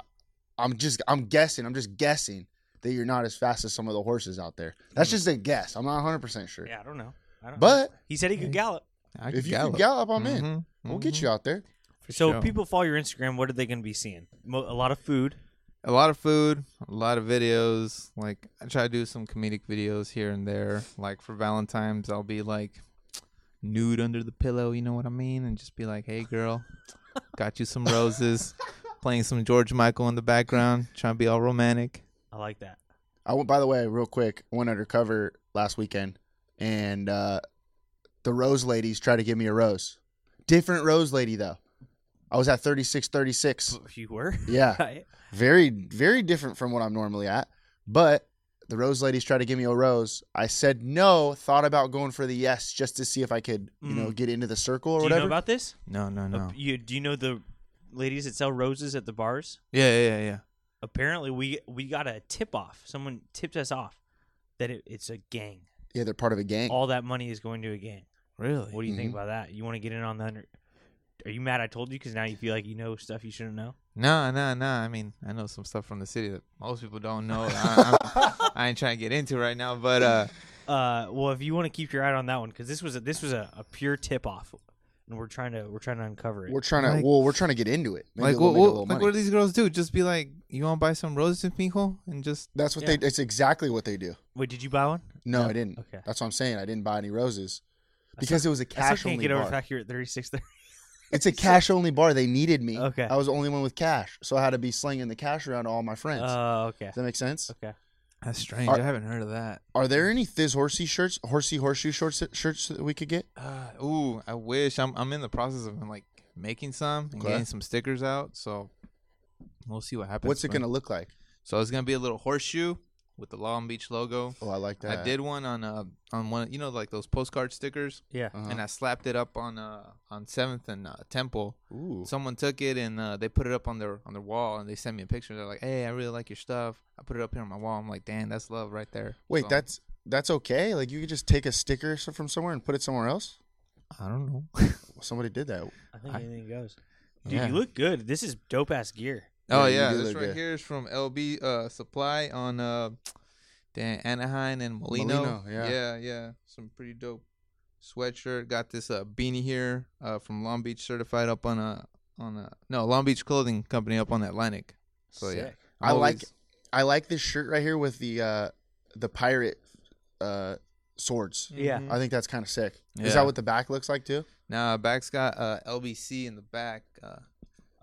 Speaker 1: I'm just I'm guessing, I'm just guessing that you're not as fast as some of the horses out there. That's just a guess. I'm not 100% sure.
Speaker 2: Yeah, I don't know. I don't know.
Speaker 1: But
Speaker 2: he said he could gallop.
Speaker 4: I
Speaker 1: if
Speaker 4: could
Speaker 1: you
Speaker 4: gallop.
Speaker 1: can gallop, I'm in.
Speaker 4: Mhm,
Speaker 1: We'll get
Speaker 4: mhm.
Speaker 1: you out there.
Speaker 2: So
Speaker 4: sure.
Speaker 2: if people follow your Instagram. What are they going to be seeing? Mo- a lot of food.
Speaker 4: a lot of food, a lot of videos. Like I try to do some comedic videos here and there. Like for Valentine's, I'll be like nude under the pillow, you know what I mean, and just be like, "Hey, girl, got you some roses." Playing some George Michael in the background, trying to be all romantic.
Speaker 2: I like that.
Speaker 1: I went by the way, real quick, I went undercover last weekend and uh the rose ladies tried to give me a rose. Different rose lady though. I was at 3636.
Speaker 2: If you were.
Speaker 1: Yeah.
Speaker 2: Right?
Speaker 1: very very different from what I'm normally at. But the rose ladies tried to give me a rose. I said no. Thought about going for the yes just to see if I could, you know, get into the circle or
Speaker 2: Mm. Do you
Speaker 1: whatever.
Speaker 2: know about this?
Speaker 4: No, no, no.
Speaker 2: You do you know the ladies that sell roses at the bars?
Speaker 4: Yeah, yeah, yeah.
Speaker 2: apparently we we got a tip off. Someone tipped us off that it, it's a gang.
Speaker 1: Yeah, they're part of a gang.
Speaker 2: All that money is going to a gang.
Speaker 4: Really?
Speaker 2: What do you think about that? You want to get in on the under? Are you mad I told you? Because now you feel like you know stuff you shouldn't know.
Speaker 4: No, no, no. I mean, I know some stuff from the city that most people don't know. I, I'm- I ain't trying to get into right now, but uh,
Speaker 2: Uh, well, if you want to keep your eye on that one, because this was a, this was a, a pure tip off, and we're trying to we're trying to uncover it.
Speaker 1: We're trying to
Speaker 4: Like-
Speaker 1: well, we're trying to get into it. Maybe
Speaker 4: like,
Speaker 1: we'll
Speaker 4: what,
Speaker 1: make a
Speaker 4: what,
Speaker 1: little
Speaker 4: like,
Speaker 1: money.
Speaker 4: what do these girls do? Just be like, "You want to buy some roses, mijo?" And just
Speaker 1: That's what
Speaker 2: Yeah.
Speaker 1: they. That's exactly what they do.
Speaker 2: Wait, did you buy one?
Speaker 1: No, I didn't.
Speaker 2: Okay.
Speaker 1: That's what I'm saying. I didn't buy any roses because it was a
Speaker 2: I
Speaker 1: cash
Speaker 2: still can't
Speaker 1: only
Speaker 2: get
Speaker 1: bar.
Speaker 2: over the fact you're at 36. there.
Speaker 1: It's a cash only bar. They needed me.
Speaker 2: Okay.
Speaker 1: I was the only one with cash, so I had to be slinging the cash around to all my
Speaker 2: Oh,
Speaker 1: friends.
Speaker 2: okay,
Speaker 1: Does that make sense?
Speaker 2: okay.
Speaker 4: that's strange.
Speaker 1: Are-
Speaker 4: I haven't heard of that.
Speaker 1: Are there any Thiz horsey shirts, horsey horseshoe shorts shirts that we could get?
Speaker 4: Uh, ooh, I wish I'm I'm in the process of like making some and
Speaker 1: Okay.
Speaker 4: getting some stickers out. So we'll see what happens.
Speaker 1: What's it
Speaker 4: man.
Speaker 1: gonna look like?
Speaker 4: So it's gonna be a little horseshoe with the Long Beach logo.
Speaker 1: Oh, I like that.
Speaker 4: I did one on uh on one you know like those postcard stickers,
Speaker 2: Yeah.
Speaker 1: Uh-huh.
Speaker 4: and I slapped it up on uh on Seventh and uh, Temple.
Speaker 1: Ooh.
Speaker 4: Someone took it and uh, they put it up on their on their wall, and they sent me a picture. They're like, "Hey, I really like your stuff. I put it up here on my wall." I'm like, "Damn, that's love right there."
Speaker 1: Wait,
Speaker 4: So,
Speaker 1: that's that's okay. Like you could just take a sticker s- from somewhere and put it somewhere else.
Speaker 4: I don't know.
Speaker 1: Somebody did that.
Speaker 2: I think
Speaker 4: I-
Speaker 2: anything goes. Dude,
Speaker 4: Yeah.
Speaker 2: you look good. This is dope ass gear.
Speaker 4: Oh
Speaker 1: Yeah, you
Speaker 4: yeah,
Speaker 1: do
Speaker 4: this
Speaker 1: look
Speaker 4: right
Speaker 1: good.
Speaker 4: here is from LB uh, Supply on uh, Dan Anaheim and Molino.
Speaker 1: Molino, yeah.
Speaker 4: yeah, yeah. some pretty dope sweatshirt. Got this uh, beanie here uh, from Long Beach certified up on a on a no Long Beach Clothing Company up on Atlantic. So yeah,
Speaker 2: Sick.
Speaker 4: I'm
Speaker 1: I like-
Speaker 4: always-
Speaker 1: I like this shirt right here with the uh the pirate uh swords.
Speaker 2: Yeah.
Speaker 1: I think that's kind of sick. Is
Speaker 4: Yeah.
Speaker 1: that what the back looks like too?
Speaker 4: Mm-hmm. Nah, back's got uh, LBC in the back. Uh,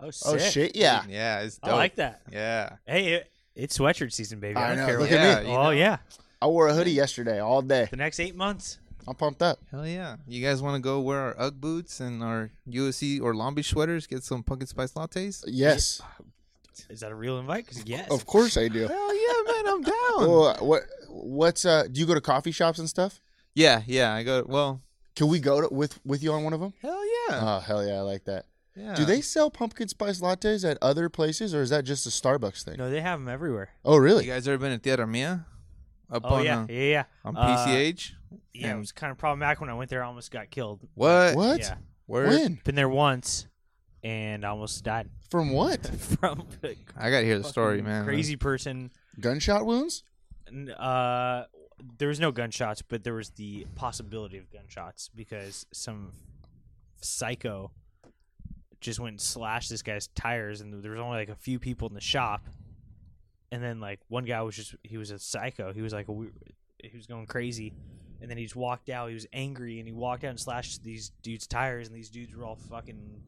Speaker 2: Oh, sick.
Speaker 1: Oh shit, yeah.
Speaker 4: yeah, it's
Speaker 2: I
Speaker 4: dope.
Speaker 2: like that.
Speaker 4: Yeah,
Speaker 2: Hey, it, it's sweatshirt season, baby. I,
Speaker 1: I
Speaker 2: don't
Speaker 1: know,
Speaker 2: care.
Speaker 1: look
Speaker 2: what-
Speaker 4: yeah.
Speaker 1: at
Speaker 4: you
Speaker 2: oh
Speaker 4: know?
Speaker 2: yeah.
Speaker 1: I wore a hoodie yesterday all day.
Speaker 2: The next eight months.
Speaker 1: I'm pumped up.
Speaker 4: Hell yeah! You guys want to go wear our UGG boots and our USC or Long Beach sweaters? Get some pumpkin spice lattes.
Speaker 1: Yes.
Speaker 2: Is that a real invite? 'Cause yes.
Speaker 1: Of course I do.
Speaker 4: Hell yeah, man! I'm down.
Speaker 1: Well, what what's uh do you go to coffee shops and stuff?
Speaker 4: Yeah, yeah. I go. Well, uh,
Speaker 1: Can we go to, with with you on one of them?
Speaker 4: hell yeah.
Speaker 1: Oh hell yeah, I like that.
Speaker 4: yeah.
Speaker 1: Do they sell pumpkin spice lattes at other places, or is that just a Starbucks thing?
Speaker 2: No, they have them everywhere.
Speaker 1: Oh,
Speaker 4: You
Speaker 1: really?
Speaker 4: guys ever been to Tierra Mia? Up
Speaker 2: Oh
Speaker 4: on,
Speaker 2: yeah,
Speaker 4: uh,
Speaker 2: yeah, yeah.
Speaker 4: on
Speaker 2: Uh,
Speaker 4: PCH.
Speaker 2: Yeah, it
Speaker 4: And-
Speaker 2: was kind of problematic when I went there. I almost got killed.
Speaker 4: What?
Speaker 1: What?
Speaker 2: Yeah,
Speaker 4: Word?
Speaker 1: When?
Speaker 2: been there once, and I almost died
Speaker 1: From what?
Speaker 2: from a
Speaker 4: I gotta hear the story,
Speaker 2: fucking
Speaker 4: man.
Speaker 2: Crazy person.
Speaker 1: Gunshot wounds?
Speaker 2: N- Uh, there was no gunshots, but there was the possibility of gunshots because some psycho just went and slashed this guy's tires, and there was only like a few people in the shop. And then like one guy was just he was a psycho. He was like a, we- he was going crazy, and then he just walked out. He was angry, and he walked out and slashed these dudes' tires, and these dudes were all fucking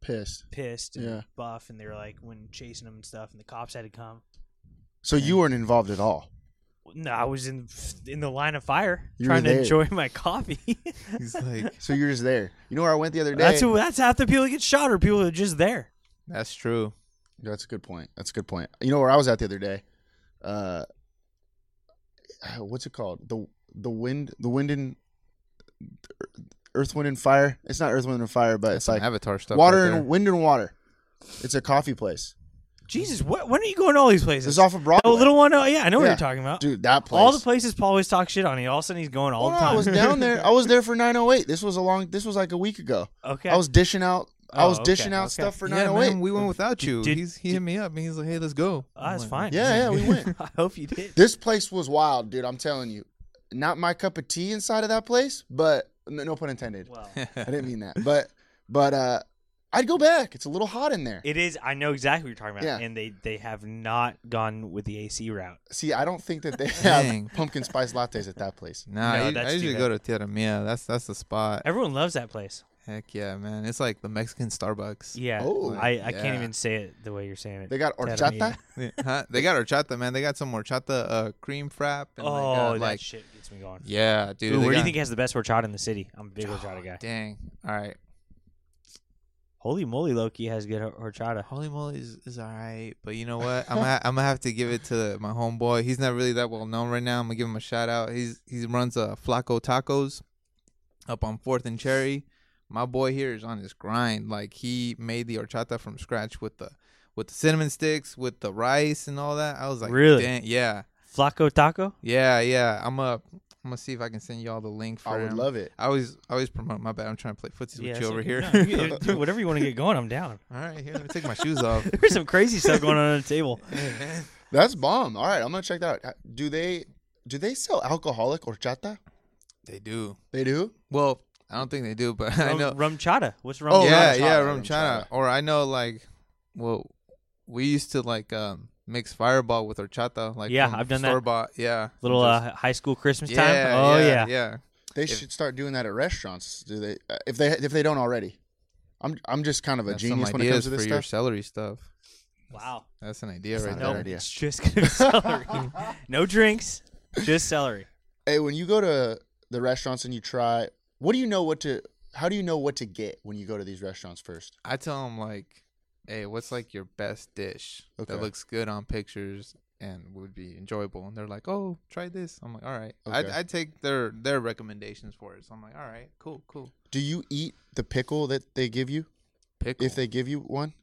Speaker 1: Pissed.
Speaker 2: pissed and
Speaker 1: Yeah.
Speaker 2: buff, and they were like when chasing him and stuff, and the cops had to come.
Speaker 1: So you weren't involved at all.
Speaker 2: No, I was in in the line of fire
Speaker 1: You
Speaker 2: trying
Speaker 1: were
Speaker 2: to
Speaker 1: there.
Speaker 2: enjoy my coffee.
Speaker 4: He's like,
Speaker 1: So you're just there. You know where I went the other day?
Speaker 2: that's who, that's half the people that get shot are people that are just there.
Speaker 4: that's true.
Speaker 1: That's a good point. That's a good point. You know where I was at the other day? Uh, what's it called? The the wind the wind and earth wind and fire. It's not earth wind and fire, but it's
Speaker 4: Some
Speaker 1: like
Speaker 4: Avatar stuff.
Speaker 1: water
Speaker 4: right there.
Speaker 1: and wind and water. It's a coffee place.
Speaker 2: Jesus, what, when are you going to all these places?
Speaker 1: It's off of Broadway.
Speaker 2: oh, little one. Oh, yeah, I know what
Speaker 1: Yeah.
Speaker 2: you're talking about.
Speaker 1: Dude, that place.
Speaker 2: all the places Paul always talks shit on. He all of a sudden he's going all
Speaker 1: Hold
Speaker 2: the
Speaker 1: on,
Speaker 2: time.
Speaker 1: I was down there. I was there for 908. This was a long. This was like a week ago.
Speaker 2: okay,
Speaker 1: I was dishing out. I
Speaker 2: Oh,
Speaker 1: was dishing
Speaker 2: okay,
Speaker 1: out
Speaker 2: okay.
Speaker 1: stuff for
Speaker 4: yeah,
Speaker 1: 908.
Speaker 4: man, we went without you.
Speaker 2: Did-
Speaker 4: He's, he hit me up and he's like, "Hey, let's go."
Speaker 2: Oh, that's
Speaker 4: I'm
Speaker 2: fine.
Speaker 4: like,
Speaker 1: yeah, yeah, we went.
Speaker 2: I hope you did.
Speaker 1: This place was wild, dude. I'm telling you, not my cup of tea inside of that place, but no, no pun intended.
Speaker 2: Well,
Speaker 1: I didn't mean that, but but uh, I'd go back. It's a little hot in there.
Speaker 2: it is. I know exactly what you're talking about.
Speaker 1: Yeah.
Speaker 2: And they they have not gone with the AC route.
Speaker 1: See, I don't think that they
Speaker 4: Dang.
Speaker 1: have pumpkin spice lattes at that place.
Speaker 4: Nah,
Speaker 2: No,
Speaker 4: I- I,
Speaker 2: that's too
Speaker 4: usually
Speaker 2: bad.
Speaker 4: go to Tierra Mia. That's that's the spot.
Speaker 2: Everyone loves that place.
Speaker 4: Heck yeah, man! It's like the Mexican Starbucks.
Speaker 2: Yeah,
Speaker 1: Oh,
Speaker 2: I, I
Speaker 4: yeah.
Speaker 2: can't even say it the way you're saying it.
Speaker 1: They got
Speaker 2: Tell me.
Speaker 1: horchata.
Speaker 4: Huh? They got horchata, man. They got some horchata uh, cream frap. And
Speaker 2: Oh,
Speaker 4: they got,
Speaker 2: that
Speaker 4: like
Speaker 2: shit gets me going.
Speaker 4: yeah, dude.
Speaker 2: Ooh,
Speaker 4: they
Speaker 2: where do you
Speaker 4: got-
Speaker 2: think has the best horchata in the city? I'm a big horchata guy.
Speaker 4: Dang. All right.
Speaker 2: Holy moly, Loki has good hor- horchata.
Speaker 4: Holy moly is, is all right, but you know what? I'm ha- I'm gonna have to give it to my homeboy. He's not really that well known right now. I'm gonna give him a shout out. He's he runs uh, Flaco Tacos up on Fourth and Cherry. My boy here is on his grind. Like he made the horchata from scratch with the with the cinnamon sticks, with the rice and all that. I was like,
Speaker 2: Really?
Speaker 4: "Dang, yeah,
Speaker 2: Flaco taco?
Speaker 4: yeah, yeah. I'm up. I'm gonna see if I can send y'all the link for.
Speaker 1: I would
Speaker 4: him.
Speaker 1: love it.
Speaker 4: I always, I always promote. My bad. I'm trying to play footsie
Speaker 2: Yeah,
Speaker 4: with
Speaker 2: it's
Speaker 4: you over
Speaker 2: okay.
Speaker 4: here.
Speaker 2: No, you- dude, whatever you want to get going, I'm down.
Speaker 4: all right, here. Let me take my shoes off.
Speaker 2: There's some crazy stuff going on at the table.
Speaker 1: That's bomb. All right, I'm gonna check that out. Uh, Do they do they sell alcoholic horchata?
Speaker 4: They do.
Speaker 1: They do.
Speaker 4: Well, I don't think they do, but I
Speaker 2: Rum,
Speaker 4: know.
Speaker 2: rum chata. What's rum?
Speaker 1: Oh,
Speaker 4: yeah,
Speaker 1: rum
Speaker 4: yeah,
Speaker 1: chata,
Speaker 4: rum
Speaker 1: rum
Speaker 4: chata.
Speaker 1: chata.
Speaker 4: Or I know like, well, we used to like um mix Fireball with horchata. Like
Speaker 2: Yeah,
Speaker 4: from
Speaker 2: I've done that.
Speaker 4: store-bought. Yeah,
Speaker 2: Little
Speaker 4: Just-
Speaker 2: uh, high school Christmas
Speaker 4: yeah,
Speaker 2: time. Oh yeah.
Speaker 4: yeah,
Speaker 1: They should start doing that at restaurants. Do they? uh, If they if they don't already, I'm I'm just kind of a
Speaker 4: That's
Speaker 1: genius when
Speaker 4: some
Speaker 1: it comes
Speaker 4: ideas
Speaker 1: to this
Speaker 4: for your
Speaker 1: stuff.
Speaker 4: celery stuff.
Speaker 2: Wow.
Speaker 4: That's an idea
Speaker 1: That's
Speaker 4: right
Speaker 1: not a
Speaker 4: there.
Speaker 1: bad idea.
Speaker 2: It's just gonna be celery. no drinks, just celery.
Speaker 1: Hey, when you go to the restaurants and you try, what do you know what to? How do you know what to get when you go to these restaurants first?
Speaker 4: I tell them like, hey, what's like your best dish
Speaker 1: Okay.
Speaker 4: that looks good on pictures and would be enjoyable? And they're like, oh, try this. I'm like, all right.
Speaker 1: Okay.
Speaker 4: I I take their their recommendations for it. So I'm like, all right, cool, cool.
Speaker 1: Do you eat the pickle that they give you
Speaker 4: Pickle.
Speaker 1: if they give you one?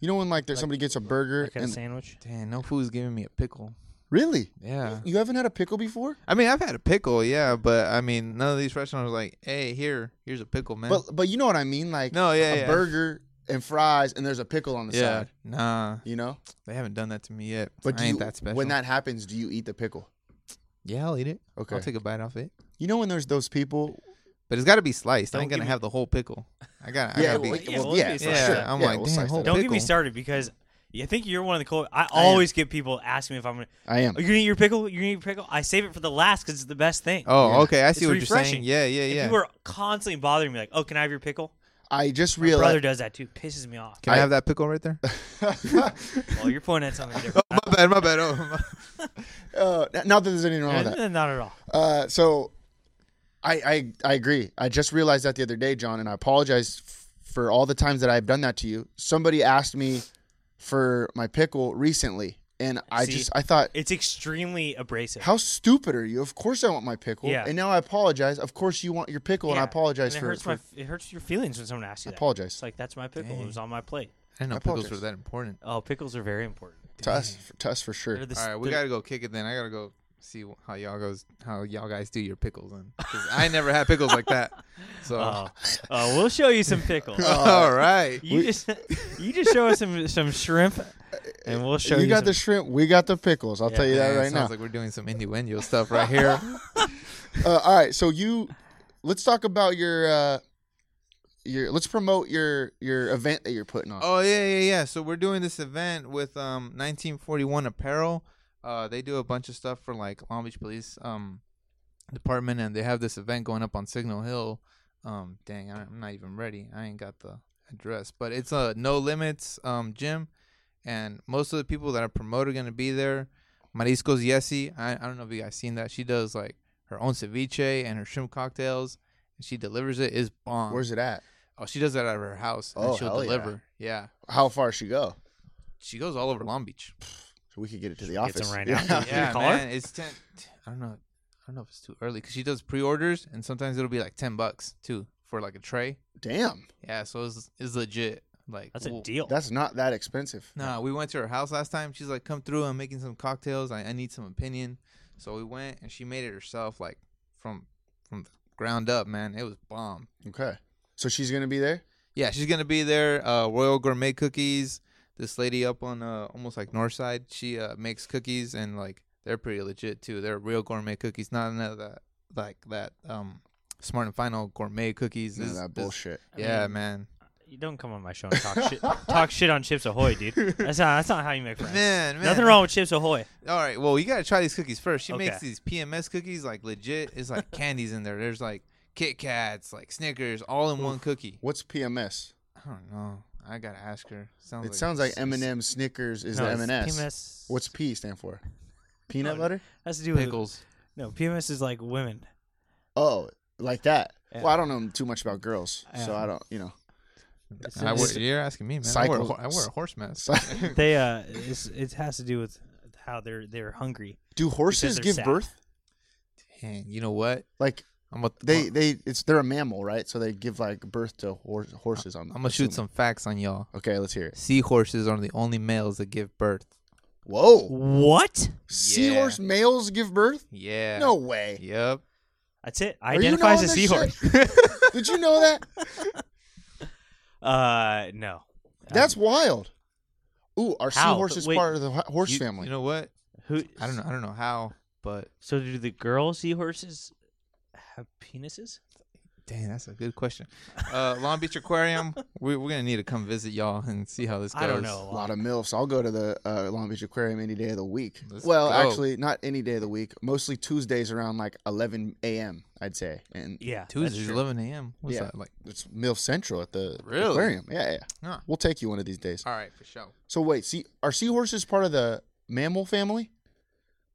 Speaker 1: You know when like there's somebody gets a burger
Speaker 2: Like a
Speaker 1: and
Speaker 2: sandwich.
Speaker 4: Damn, no food's giving me a pickle.
Speaker 1: really
Speaker 4: Yeah.
Speaker 1: you haven't had a pickle before.
Speaker 4: I mean, I've had a pickle, yeah, but I mean, none of these restaurants are like, hey, here, here's a pickle, man.
Speaker 1: But but you know what I mean, like
Speaker 4: No, yeah,
Speaker 1: a
Speaker 4: yeah.
Speaker 1: burger and fries, and there's a pickle on the
Speaker 4: yeah,
Speaker 1: side.
Speaker 4: nah,
Speaker 1: You know,
Speaker 4: they haven't done that to me yet.
Speaker 1: but
Speaker 4: I
Speaker 1: do
Speaker 4: ain't
Speaker 1: you,
Speaker 4: that special.
Speaker 1: when that happens, do you eat the pickle?
Speaker 4: yeah, I'll eat it.
Speaker 1: Okay.
Speaker 4: I'll take a bite off it.
Speaker 1: You know when there's those people.
Speaker 4: But it's got to be sliced. I ain't
Speaker 2: Don't give
Speaker 4: gonna
Speaker 2: me-
Speaker 4: have the whole pickle. I got. to I
Speaker 1: Yeah,
Speaker 4: gotta be.
Speaker 1: well,
Speaker 2: yeah,
Speaker 1: yeah,
Speaker 2: well,
Speaker 1: yeah,
Speaker 2: it's
Speaker 1: for
Speaker 4: yeah,
Speaker 1: sure.
Speaker 4: I'm like,
Speaker 1: we'll
Speaker 4: damn,
Speaker 1: slice
Speaker 4: whole
Speaker 1: that.
Speaker 2: Don't get me
Speaker 4: Pickle.
Speaker 2: started because I think you're one of the cool. I
Speaker 1: am.
Speaker 2: always get people asking me if I'm gonna.
Speaker 1: I am.
Speaker 2: Are you gonna eat your pickle? You're gonna eat your pickle? I save it for the last because it's the best thing.
Speaker 4: Oh,
Speaker 1: Yeah.
Speaker 4: okay. I
Speaker 2: It's
Speaker 4: see what
Speaker 2: refreshing.
Speaker 4: you're saying. Yeah, yeah,
Speaker 2: If
Speaker 4: yeah.
Speaker 2: you were constantly bothering me, like, oh, can I have your pickle?
Speaker 1: I just
Speaker 2: My brother
Speaker 1: realized.
Speaker 2: does that too. Pisses me off.
Speaker 4: Can I, have that pickle right there? oh,
Speaker 2: Well, you're pointing at something different.
Speaker 4: my bad. My bad. Oh, my-
Speaker 1: Uh, not that there's anything wrong with that.
Speaker 2: Not at all.
Speaker 1: Uh, so I, I I agree. I just realized that the other day, John, and I apologize f- for all the times that I've done that to you. Somebody asked me for my pickle recently, and I
Speaker 2: See,
Speaker 1: just I thought,
Speaker 2: It's extremely abrasive.
Speaker 1: how stupid are you? Of course I want my pickle,
Speaker 2: Yeah.
Speaker 1: and now I apologize. Of course you want your pickle, and I
Speaker 2: Yeah.
Speaker 1: apologize
Speaker 2: And it
Speaker 1: for,
Speaker 2: hurts
Speaker 1: for
Speaker 2: my f- it hurts your feelings when someone asks you.
Speaker 1: I
Speaker 2: that.
Speaker 1: apologize.
Speaker 2: It's like that's my pickle. It was on my plate.
Speaker 4: I didn't know
Speaker 1: I
Speaker 4: pickles
Speaker 1: apologize.
Speaker 4: were that important.
Speaker 2: Oh, pickles are very important.
Speaker 1: to us for,
Speaker 2: mm.
Speaker 1: to us for sure.
Speaker 2: They're the,
Speaker 4: All right, we
Speaker 2: they're-
Speaker 4: gotta go kick it. Then I gotta go see wh- how y'all goes, how y'all guys do your pickles. And I never had pickles like that. So,
Speaker 2: Oh, oh, we'll show you some pickles.
Speaker 4: all right.
Speaker 2: You just you just show us some some shrimp, and we'll show you.
Speaker 1: you got
Speaker 2: some-
Speaker 1: the shrimp, we got the pickles. I'll tell you that
Speaker 4: Yeah,
Speaker 1: right now.
Speaker 4: sounds like we're doing some innuendo stuff right here.
Speaker 1: uh, all right, so you let's talk about your uh, your let's promote your your event that you're putting on.
Speaker 4: Oh yeah, yeah, yeah. So we're doing this event with um 1941 Apparel. Uh, they do a bunch of stuff for like Long Beach Police um department, and they have this event going up on Signal Hill. Um, dang, I- I'm not even ready. I ain't got the address, but it's a No Limits um gym, and most of the people that are promoted are gonna be there. Mariscos Yessi, I, I don't know if you guys seen that. She does like her own ceviche and her shrimp cocktails, and she delivers it. Is bomb.
Speaker 1: Where's it at?
Speaker 4: Oh, she does that out of her house, and
Speaker 1: Oh,
Speaker 4: she'll
Speaker 1: hell yeah.
Speaker 4: deliver. yeah.
Speaker 1: How far she go?
Speaker 4: She goes all over Long Beach.
Speaker 1: So we could get it to the office.
Speaker 2: some right
Speaker 1: Yeah.
Speaker 2: now. Should we call her?
Speaker 4: It's ten. I don't know. I don't know if it's too early because she does pre-orders and sometimes it'll be like ten bucks too for like a tray.
Speaker 1: Damn,
Speaker 4: Yeah, so it's, it's legit. Like
Speaker 2: That's a
Speaker 4: we'll-
Speaker 2: deal.
Speaker 1: that's not that expensive.
Speaker 4: Nah, we went to her house last time. She's like, "Come through. I'm making some cocktails. I, I need some opinion." So we went and she made it herself, like from from the ground up. Man, it was bomb.
Speaker 1: Okay, so she's gonna be there.
Speaker 4: Yeah, she's gonna be there. Uh, Royal Gourmet Cookies. This lady up on uh, almost like Northside, she uh, makes cookies and like they're pretty legit too. They're real gourmet cookies, not none of that like that um smart and final gourmet cookies.
Speaker 1: None of
Speaker 4: This-
Speaker 1: that
Speaker 4: this-
Speaker 1: bullshit.
Speaker 4: yeah, man.
Speaker 2: You don't come on my show and talk shit. Talk shit on Chips Ahoy, dude. That's not that's not how you make friends.
Speaker 4: Man, man.
Speaker 2: Nothing wrong with Chips Ahoy.
Speaker 4: All right, well you gotta try these cookies first. She makes
Speaker 2: Okay.
Speaker 4: these PMS cookies like legit. It's like candies in there. There's like Kit Kats, like Snickers, all in one cookie.
Speaker 1: What's PMS?
Speaker 4: I don't know. I gotta ask her. Sounds
Speaker 1: It sounds like
Speaker 4: s-
Speaker 1: M and M Snickers is
Speaker 2: No,
Speaker 1: the
Speaker 2: it's
Speaker 1: M and S.
Speaker 2: PMS.
Speaker 1: What's P stand for? Peanut butter.
Speaker 2: has to do with
Speaker 4: pickles.
Speaker 2: No, PMS is like women.
Speaker 1: Oh, like that. Well, I don't know too much about girls, so
Speaker 2: Yeah.
Speaker 1: I don't. You know,
Speaker 4: I wear, you're asking me, man. I, wear a,
Speaker 1: Cycles-
Speaker 4: ho- I wear a horse mask.
Speaker 2: They uh, it's, it has to do with how they're they're hungry.
Speaker 1: do horses
Speaker 2: they're
Speaker 1: give
Speaker 2: sad.
Speaker 1: birth?
Speaker 4: Dang, you know what?
Speaker 1: Like
Speaker 4: I'm gonna
Speaker 1: They they it's they're a mammal, right? So they give like birth to hor- horses. I'm
Speaker 4: I'm gonna shoot some facts on y'all.
Speaker 1: Okay, let's hear it.
Speaker 4: Seahorses are the only males that give birth.
Speaker 1: Whoa,
Speaker 2: What?
Speaker 1: seahorse males give birth?
Speaker 4: Yeah.
Speaker 1: No way.
Speaker 4: Yep.
Speaker 2: That's it.
Speaker 1: Are you
Speaker 2: Identifies
Speaker 1: knowing
Speaker 2: as a
Speaker 1: this shit?
Speaker 2: seahorse.
Speaker 1: Did you know that?
Speaker 2: Uh, no.
Speaker 1: That's wild. Ooh, are
Speaker 2: How?
Speaker 1: seahorses
Speaker 2: Wait,
Speaker 1: part of the ho- horse
Speaker 4: You-
Speaker 1: family?
Speaker 4: You know what?
Speaker 2: Who?
Speaker 4: I don't know. I don't know how, but
Speaker 2: So do the girl seahorses have penises?
Speaker 4: dang, that's a good question. Uh, Long Beach Aquarium. we, we're gonna need to come visit y'all and see how this goes.
Speaker 2: I don't know.
Speaker 1: a lot of milfs. I'll go to the uh, Long Beach Aquarium any day of the week.
Speaker 4: Let's
Speaker 1: well,
Speaker 4: go.
Speaker 1: actually, not any day of the week. Mostly Tuesdays around like 11 a.m. I'd say,
Speaker 4: E
Speaker 1: and
Speaker 2: Yeah. that's
Speaker 4: Tuesdays,
Speaker 2: true.
Speaker 4: 11 a.m. What's
Speaker 1: Yeah.
Speaker 4: that like?
Speaker 1: it's milf central at the
Speaker 4: Really?
Speaker 1: aquarium. Yeah, yeah.
Speaker 4: Huh.
Speaker 1: We'll take you one of these days.
Speaker 4: All right, for sure.
Speaker 1: So wait, see, are seahorses part of the mammal family?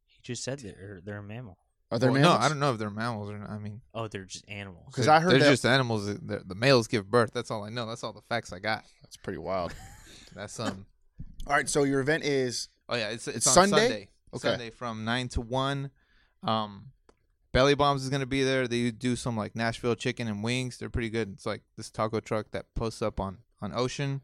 Speaker 2: He just said they're they're a mammal.
Speaker 1: Are there
Speaker 4: Well,
Speaker 1: mammals?
Speaker 4: No, I don't know if they're mammals or not. I mean,
Speaker 2: Oh, they're just animals.
Speaker 1: 'Cause
Speaker 4: they're-
Speaker 1: I heard
Speaker 4: they're
Speaker 1: that-
Speaker 4: just animals. that- that- The males give birth. That's all I know. That's all the facts I got.
Speaker 1: That's pretty wild.
Speaker 4: That's um.
Speaker 1: All right, so your event is
Speaker 4: Oh yeah, it's it's,
Speaker 1: It's
Speaker 4: on
Speaker 1: Sunday?
Speaker 4: Sunday.
Speaker 1: Okay.
Speaker 4: Sunday from nine to one. Um, Belly Bombs is gonna be there. They do some like Nashville chicken and wings. They're pretty good. It's like this taco truck that posts up on on Ocean.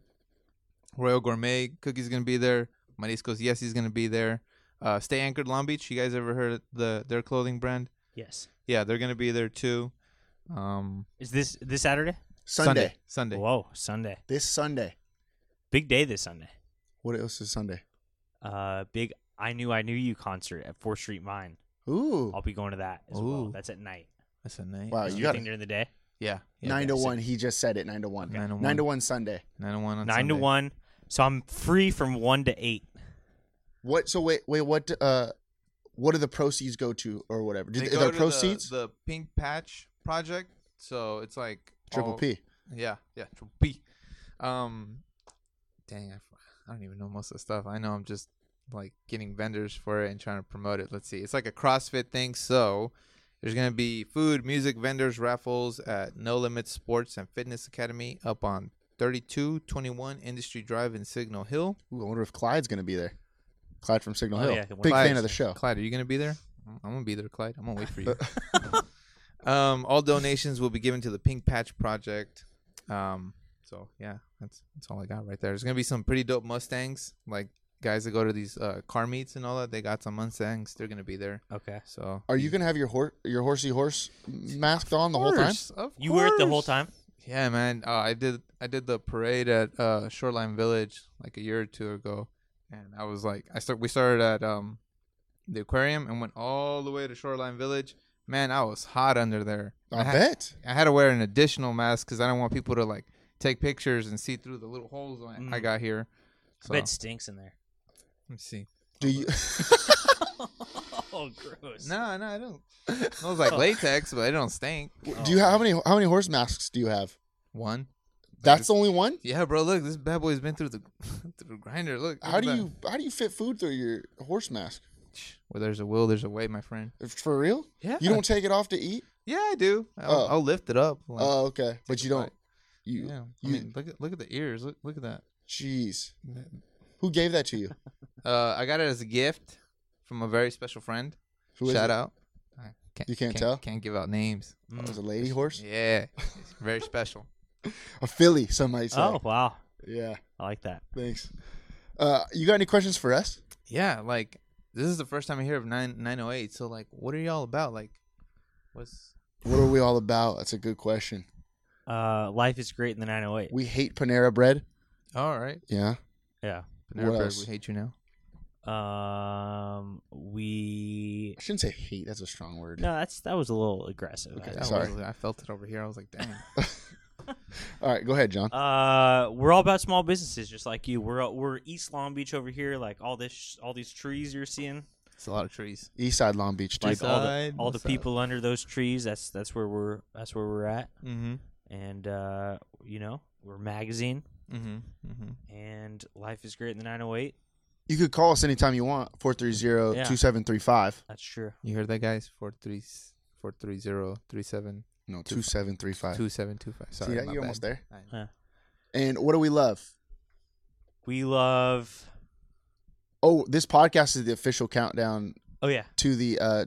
Speaker 4: Royal Gourmet Cookie's gonna be there. Mariscos Yesi's gonna be there. Uh, Stay Anchored Long Beach. You guys ever heard of the their clothing brand?
Speaker 2: Yes.
Speaker 4: Yeah, they're gonna be there too. Um,
Speaker 2: Is this this Saturday?
Speaker 1: Sunday.
Speaker 4: Sunday. Sunday.
Speaker 2: Whoa, Sunday.
Speaker 1: This Sunday.
Speaker 2: Big day this Sunday.
Speaker 1: What else is Sunday?
Speaker 2: Uh, big I knew I knew you concert at Fourth Street Mine.
Speaker 1: Ooh,
Speaker 2: I'll be going to that as well.
Speaker 4: Ooh.
Speaker 2: That's at night.
Speaker 4: That's a night.
Speaker 1: wow,
Speaker 2: Do
Speaker 1: you
Speaker 2: you
Speaker 1: got
Speaker 2: think
Speaker 1: it.
Speaker 2: during the day?
Speaker 4: Yeah. yeah
Speaker 1: Nine to
Speaker 4: yeah.
Speaker 1: one. He just said it. Nine to one.
Speaker 4: Okay. Nine to one.
Speaker 1: Nine to one Sunday.
Speaker 4: Nine to one. On
Speaker 2: Nine to
Speaker 4: Sunday.
Speaker 2: one. So I'm free from one to eight.
Speaker 1: What? So wait, wait. What? Uh, what do the proceeds go to, or whatever? Did,
Speaker 4: They
Speaker 1: are
Speaker 4: go
Speaker 1: there
Speaker 4: to the-
Speaker 1: proceeds?
Speaker 4: The, Pink Patch Project. So it's like
Speaker 1: Triple
Speaker 4: all-
Speaker 1: P.
Speaker 4: Yeah, yeah, Triple P. Um, dang, I, f- I don't even know most of the stuff. I know I'm just like getting vendors for it and trying to promote it. Let's see, it's like a CrossFit thing. So there's gonna be food, music, vendors, raffles at No Limits Sports and Fitness Academy up on 3221 Industry Drive in Signal Hill.
Speaker 1: Ooh, I wonder if Clyde's gonna be there. Clyde from Signal
Speaker 2: Oh,
Speaker 1: Hill.
Speaker 2: yeah, I
Speaker 1: Big
Speaker 2: can
Speaker 1: fan
Speaker 4: Clyde's-
Speaker 1: of the show.
Speaker 4: Clyde, are you gonna be there? I'm I'm gonna be there, Clyde. I'm gonna wait for you. um, all donations will be given to the Pink Patch Project. Um, so yeah, that's that's all I got right there. There's gonna be some pretty dope Mustangs, like guys that go to these uh, car meets and all that. They got some Mustangs. They're gonna be there.
Speaker 2: Okay.
Speaker 4: So
Speaker 1: Are you gonna have your horse, your horsey horse masked on the whole time?
Speaker 4: Of
Speaker 2: You were it the whole
Speaker 4: course.
Speaker 2: time?
Speaker 4: Yeah, man. Uh, I did I did the parade at uh, Shoreline Village like a year or two ago, and I was like, I start we started at um, the aquarium and went all the way to Shoreline Village. Man, I was hot under there.
Speaker 1: I
Speaker 4: had,
Speaker 1: bet.
Speaker 4: I had to wear an additional mask because I don't want people to like take pictures and see through the little holes when I
Speaker 2: Mm.
Speaker 4: got here. So
Speaker 2: I bet it stinks in there.
Speaker 4: let's see.
Speaker 1: Do you?
Speaker 2: Oh, gross.
Speaker 4: No, no, I don't. It was like latex, but it don't stink.
Speaker 1: Do you? How many? How many horse masks do you have?
Speaker 4: One.
Speaker 1: That's the only one.
Speaker 4: Yeah, bro. Look, this bad boy's been through the through the grinder. Look. look
Speaker 1: How
Speaker 4: at
Speaker 1: do
Speaker 4: that.
Speaker 1: you? How do you fit food through your horse mask?
Speaker 4: Where there's a will, there's a way, my friend.
Speaker 1: If- For real?
Speaker 4: Yeah.
Speaker 1: You don't take it off to eat?
Speaker 4: Yeah, I do. I'll,
Speaker 1: Oh.
Speaker 4: I'll lift it up. Like,
Speaker 1: Oh, okay. But
Speaker 4: take
Speaker 1: you
Speaker 4: a
Speaker 1: don't.
Speaker 4: bite.
Speaker 1: You.
Speaker 4: yeah.
Speaker 1: you-
Speaker 4: I mean, look at look at the ears. Look look at that.
Speaker 1: Jeez. Who gave that to you?
Speaker 4: Uh, I got it as a gift from a very special friend.
Speaker 1: Who is
Speaker 4: Shout
Speaker 1: it?
Speaker 4: out. I
Speaker 1: You can't tell?
Speaker 4: Can't give out names.
Speaker 1: Oh, it was a lady horse?
Speaker 4: Yeah, it's very special.
Speaker 1: A filly, somebody said.
Speaker 2: Oh, wow.
Speaker 1: Yeah.
Speaker 2: I like that.
Speaker 1: Thanks. Uh, you got any questions for us?
Speaker 4: Yeah, like this is the first time I hear of nine nine oh eight. So like, what are y'all about? Like, what's
Speaker 1: What are we all about? That's a good question.
Speaker 2: Uh, life is great in the 908.
Speaker 1: We hate Panera bread.
Speaker 4: all right?
Speaker 1: Yeah.
Speaker 2: yeah.
Speaker 4: Panera
Speaker 1: What
Speaker 4: Bread,
Speaker 1: else?
Speaker 4: we hate you now.
Speaker 2: Um, we.
Speaker 1: I shouldn't say hate. That's a strong word.
Speaker 2: No, that's that was a little aggressive.
Speaker 1: Okay.
Speaker 4: That
Speaker 1: Sorry.
Speaker 4: was- I felt it over here. I was like, damn.
Speaker 1: All right, go ahead, John.
Speaker 2: Uh, we're all about small businesses, just like you. We're we're East Long Beach over here, like all this, all these trees you're seeing,
Speaker 4: it's a lot of trees.
Speaker 1: East Side Long Beach, dude.
Speaker 2: like all the
Speaker 4: Side,
Speaker 2: all the
Speaker 4: west side.
Speaker 2: people under those trees. That's that's where we're that's where we're at,
Speaker 4: Mm-hmm.
Speaker 2: and uh, you know, we're a magazine,
Speaker 4: Mm-hmm. Mm-hmm.
Speaker 2: and life is great in the 908.
Speaker 1: you could call us anytime you want, 430-2735.
Speaker 2: That's true.
Speaker 4: You heard that, guys? Four three four three zero three seven
Speaker 1: No, 2735.
Speaker 4: two seven two five. Sorry,
Speaker 1: See that?
Speaker 4: my
Speaker 1: You're
Speaker 4: bad.
Speaker 1: almost there.
Speaker 4: I-
Speaker 1: And what do we love?
Speaker 2: We love.
Speaker 1: Oh, this podcast is the official countdown
Speaker 2: Oh yeah,
Speaker 1: to the uh,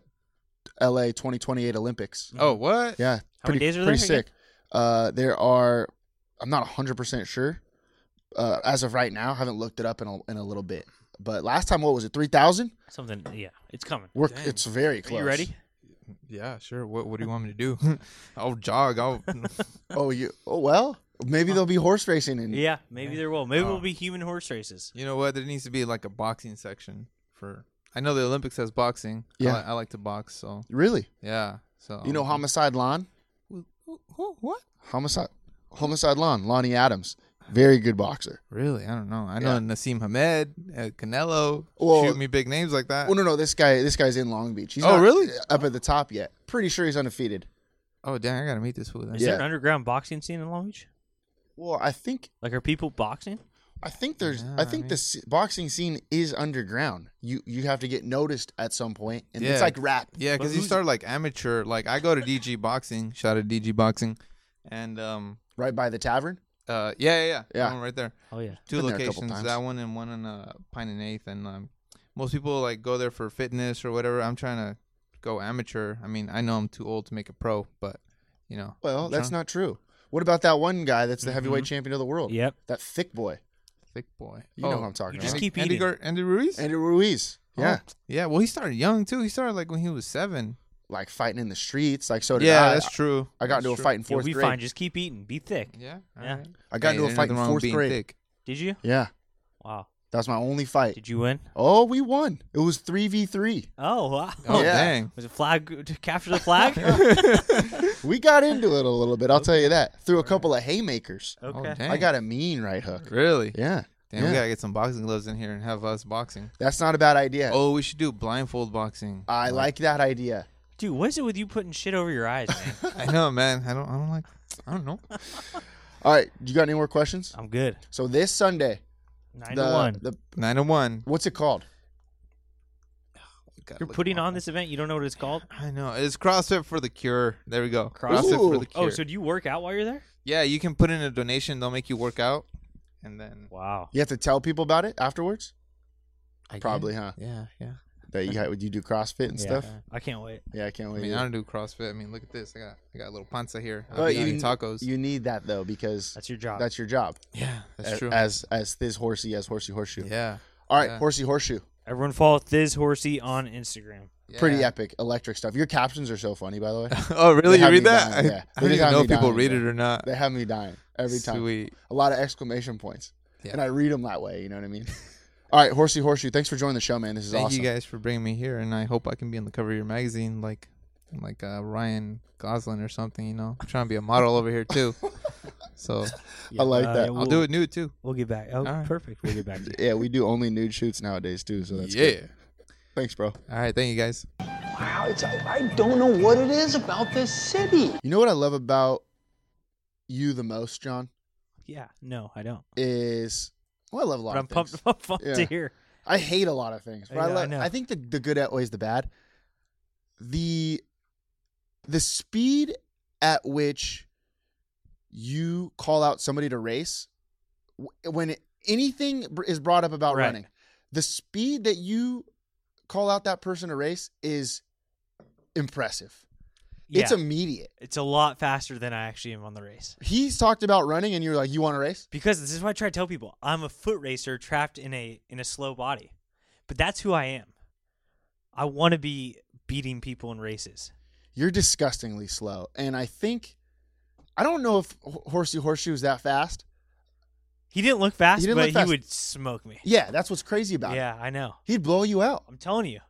Speaker 1: LA 2028 Olympics.
Speaker 4: Oh, what?
Speaker 1: Yeah.
Speaker 2: How
Speaker 1: pretty,
Speaker 2: many days are
Speaker 1: pretty
Speaker 2: there again?
Speaker 1: sick. Uh, there are, I'm not 100% sure uh, as of right now. haven't looked it up in a, in a little bit. But last time, what was it, 3,000?
Speaker 2: Something. Yeah, it's coming.
Speaker 1: We're, it's very close.
Speaker 2: Are you ready?
Speaker 4: Yeah, sure. What What do you want me to do? I'll jog. I'll.
Speaker 1: Oh, you, oh well, maybe there'll be horse racing. In,
Speaker 2: Yeah, maybe there will. Maybe
Speaker 4: Oh.
Speaker 2: we'll be human horse races.
Speaker 4: you know what? There needs to be like a boxing section for. I know the Olympics has boxing. I
Speaker 1: Yeah.
Speaker 4: li- I, like to box. So
Speaker 1: Really?
Speaker 4: yeah. So
Speaker 2: Oh.
Speaker 1: You know Homicide Lawn?
Speaker 4: Who- what?
Speaker 1: Homicide, Homicide Lawn, Lonnie Adams. Very good boxer.
Speaker 4: Really? I don't know. I know Nassim Hamed, uh, Canelo.
Speaker 1: Well-
Speaker 4: shoot me big names like
Speaker 2: Uh.
Speaker 4: that.
Speaker 1: Well, Oh, no, no. This guy, this guy's in Long Beach. He's
Speaker 4: Oh,
Speaker 1: not
Speaker 4: really?
Speaker 1: Up at the top yet. Pretty sure he's undefeated.
Speaker 4: Oh dang! I gotta meet this fool. Then.
Speaker 2: Is
Speaker 1: Yeah.
Speaker 2: there an underground boxing scene in Long Beach?
Speaker 1: Well, I think,
Speaker 2: Like, are people boxing?
Speaker 1: I think there's,
Speaker 4: Yeah,
Speaker 1: I
Speaker 4: I
Speaker 1: think
Speaker 4: mean-
Speaker 1: this boxing scene is underground. You, you have to get noticed at some point, and
Speaker 4: Yeah.
Speaker 1: it's like rap.
Speaker 4: Yeah,
Speaker 2: But
Speaker 4: because you
Speaker 2: who's-
Speaker 4: start like amateur. Like I go to DG Boxing. Shout out to DG Boxing, and um,
Speaker 1: right by the tavern.
Speaker 4: uh, yeah, yeah, yeah, that
Speaker 1: Yeah.
Speaker 4: one right there.
Speaker 2: Oh yeah.
Speaker 4: Two
Speaker 1: Been there a couple
Speaker 4: locations.
Speaker 1: times.
Speaker 4: That one and one in uh, Pine and Eighth. And um, most people like go there for fitness or whatever. I'm trying to go amateur. I mean, I know I'm too old to make a pro, but you know.
Speaker 1: Well,
Speaker 4: I'm
Speaker 1: that's
Speaker 4: trying-
Speaker 1: not true. What about that one guy that's the
Speaker 4: Mm-hmm.
Speaker 1: heavyweight champion of the world?
Speaker 2: Yep.
Speaker 1: That thick boy.
Speaker 4: thick boy.
Speaker 1: You know who I'm talking
Speaker 2: you just
Speaker 1: about.
Speaker 4: Andy,
Speaker 2: keep
Speaker 4: Andy,
Speaker 2: eating.
Speaker 4: Gar- Andy Ruiz.
Speaker 1: Andy Ruiz. Yeah.
Speaker 4: Oh, yeah. Well, he started young too. He started like when he was seven.
Speaker 1: Like fighting in the streets. Like so did
Speaker 4: yeah,
Speaker 1: I.
Speaker 4: that's true.
Speaker 1: I got
Speaker 4: That's
Speaker 1: into a
Speaker 4: true.
Speaker 1: fight in
Speaker 2: You'll
Speaker 1: fourth
Speaker 2: be
Speaker 1: grade.
Speaker 2: fine. Just keep eating. Be thick.
Speaker 4: Yeah. all
Speaker 2: Yeah.
Speaker 4: right.
Speaker 1: I got
Speaker 4: Hey,
Speaker 1: into a
Speaker 4: there's
Speaker 1: fight in
Speaker 4: nothing wrong with
Speaker 1: fourth
Speaker 4: being
Speaker 1: grade.
Speaker 4: thick.
Speaker 2: Did you?
Speaker 1: Yeah.
Speaker 2: Wow.
Speaker 1: That was my only fight.
Speaker 2: Did you win?
Speaker 1: Oh, we won. It was three v three.
Speaker 2: Oh wow.
Speaker 4: Oh
Speaker 1: Yeah.
Speaker 4: dang.
Speaker 2: Was it flag to capture the flag?
Speaker 1: We got into it a little bit. I'll tell you that. Through a couple of haymakers.
Speaker 4: Oh,
Speaker 2: okay.
Speaker 4: dang.
Speaker 1: I got a mean right hook.
Speaker 4: Really?
Speaker 1: Yeah.
Speaker 4: Damn,
Speaker 1: Yeah.
Speaker 4: we gotta get some boxing gloves in here and have us boxing.
Speaker 1: That's not a bad idea.
Speaker 4: Oh, we should do blindfold boxing.
Speaker 1: I like that idea.
Speaker 2: Dude, what is it with you putting shit over your eyes, man?
Speaker 4: I know, man. I don't. I don't like. I don't know.
Speaker 1: All right. You got any more questions?
Speaker 2: I'm good.
Speaker 1: So this Sunday,
Speaker 2: Nine to
Speaker 1: the,
Speaker 2: Uh, one.
Speaker 1: the
Speaker 4: Nine to one.
Speaker 1: what's it called?
Speaker 4: Gotta
Speaker 2: You're
Speaker 4: look
Speaker 2: putting
Speaker 4: them up.
Speaker 2: on this event. You don't know what it's called.
Speaker 4: I know. It's CrossFit for the cure. There we go.
Speaker 2: Cross-
Speaker 4: CrossFit for
Speaker 1: Ooh.
Speaker 4: the cure.
Speaker 2: Oh, so do you work out while you're there?
Speaker 4: yeah, you can put in a donation. They'll make you work out, and then
Speaker 2: Wow.
Speaker 1: You have to tell people about it afterwards.
Speaker 4: I
Speaker 1: Probably, huh?
Speaker 4: Yeah, yeah.
Speaker 1: That you had, you do CrossFit and stuff.
Speaker 2: I can't wait.
Speaker 1: Yeah, I can't
Speaker 4: I
Speaker 1: wait.
Speaker 4: mean,
Speaker 1: either.
Speaker 4: I don't do CrossFit. I mean, look at this. I got I got a little panza here. I'll
Speaker 1: But
Speaker 4: be eating tacos.
Speaker 1: You need that though because
Speaker 2: That's your job.
Speaker 1: that's your job.
Speaker 4: yeah, that's
Speaker 1: A-
Speaker 4: true.
Speaker 1: As as this horsey as horsey horseshoe.
Speaker 4: yeah.
Speaker 1: All right,
Speaker 4: yeah.
Speaker 1: horsey horseshoe.
Speaker 2: Everyone follow Thiz Horsey on Instagram.
Speaker 1: Pretty
Speaker 4: Yeah.
Speaker 1: epic, electric stuff. Your captions are so funny, by the way.
Speaker 4: Oh, really?
Speaker 1: have
Speaker 4: You
Speaker 1: me
Speaker 4: read that?
Speaker 1: dying,
Speaker 4: I,
Speaker 1: yeah. They
Speaker 4: I don't
Speaker 1: just
Speaker 4: even
Speaker 1: have
Speaker 4: know
Speaker 1: me
Speaker 4: if people
Speaker 1: dying,
Speaker 4: read
Speaker 1: yeah.
Speaker 4: it or not.
Speaker 1: They have me dying every time.
Speaker 4: Sweet.
Speaker 1: A lot of exclamation points,
Speaker 4: Yeah.
Speaker 1: and I read them that way. You know what I mean? All right, horsey horseshoe. Thanks for joining the show, man. This is
Speaker 4: Thank
Speaker 1: awesome.
Speaker 4: you guys for bringing me here, and I hope I can be on the cover of your magazine, like, like uh, Ryan Gosling or something. You know, I'm trying to be a model over here too. So
Speaker 1: I like
Speaker 2: Uh,
Speaker 1: that.
Speaker 4: I'll do it nude too.
Speaker 2: We'll get back. Oh,
Speaker 4: right.
Speaker 2: perfect. We'll get back. to you.
Speaker 1: Yeah, we do only nude shoots nowadays too, so that's good. Thanks, bro.
Speaker 4: All right. Thank you guys.
Speaker 5: Wow, it's, I, I don't know what it is about this city.
Speaker 1: You know what I love about you the most, John,
Speaker 2: Yeah. No, I don't.
Speaker 1: is well, I love a lot.
Speaker 2: But I'm
Speaker 1: of things.
Speaker 2: pumped. I'm pumped
Speaker 1: Yeah.
Speaker 2: to hear.
Speaker 1: I hate a lot of things, but
Speaker 2: I
Speaker 1: I,
Speaker 2: know, I
Speaker 1: like.
Speaker 2: know.
Speaker 1: I, think the, the good outweighs the bad. The the speed at which you call out somebody to race wh- when it, anything br- is brought up about
Speaker 2: Right.
Speaker 1: running, the speed that you call out that person to race is impressive.
Speaker 2: Yeah.
Speaker 1: It's immediate.
Speaker 2: It's a lot faster than I actually am on the race.
Speaker 1: He's talked about running, and you're like, "You want to race?"
Speaker 2: Because this is what I try to tell people. I'm a foot racer trapped in a in a slow body. But that's who I am. I want to be beating people in races.
Speaker 1: You're disgustingly slow, and I think I don't know if Ho- Horsey Horseshoe is that fast.
Speaker 2: He didn't look fast,
Speaker 1: He didn't
Speaker 2: but
Speaker 1: look fast.
Speaker 2: he would smoke me.
Speaker 1: Yeah, that's what's crazy about it.
Speaker 2: Yeah, I know.
Speaker 1: He'd blow you out.
Speaker 2: I'm telling you.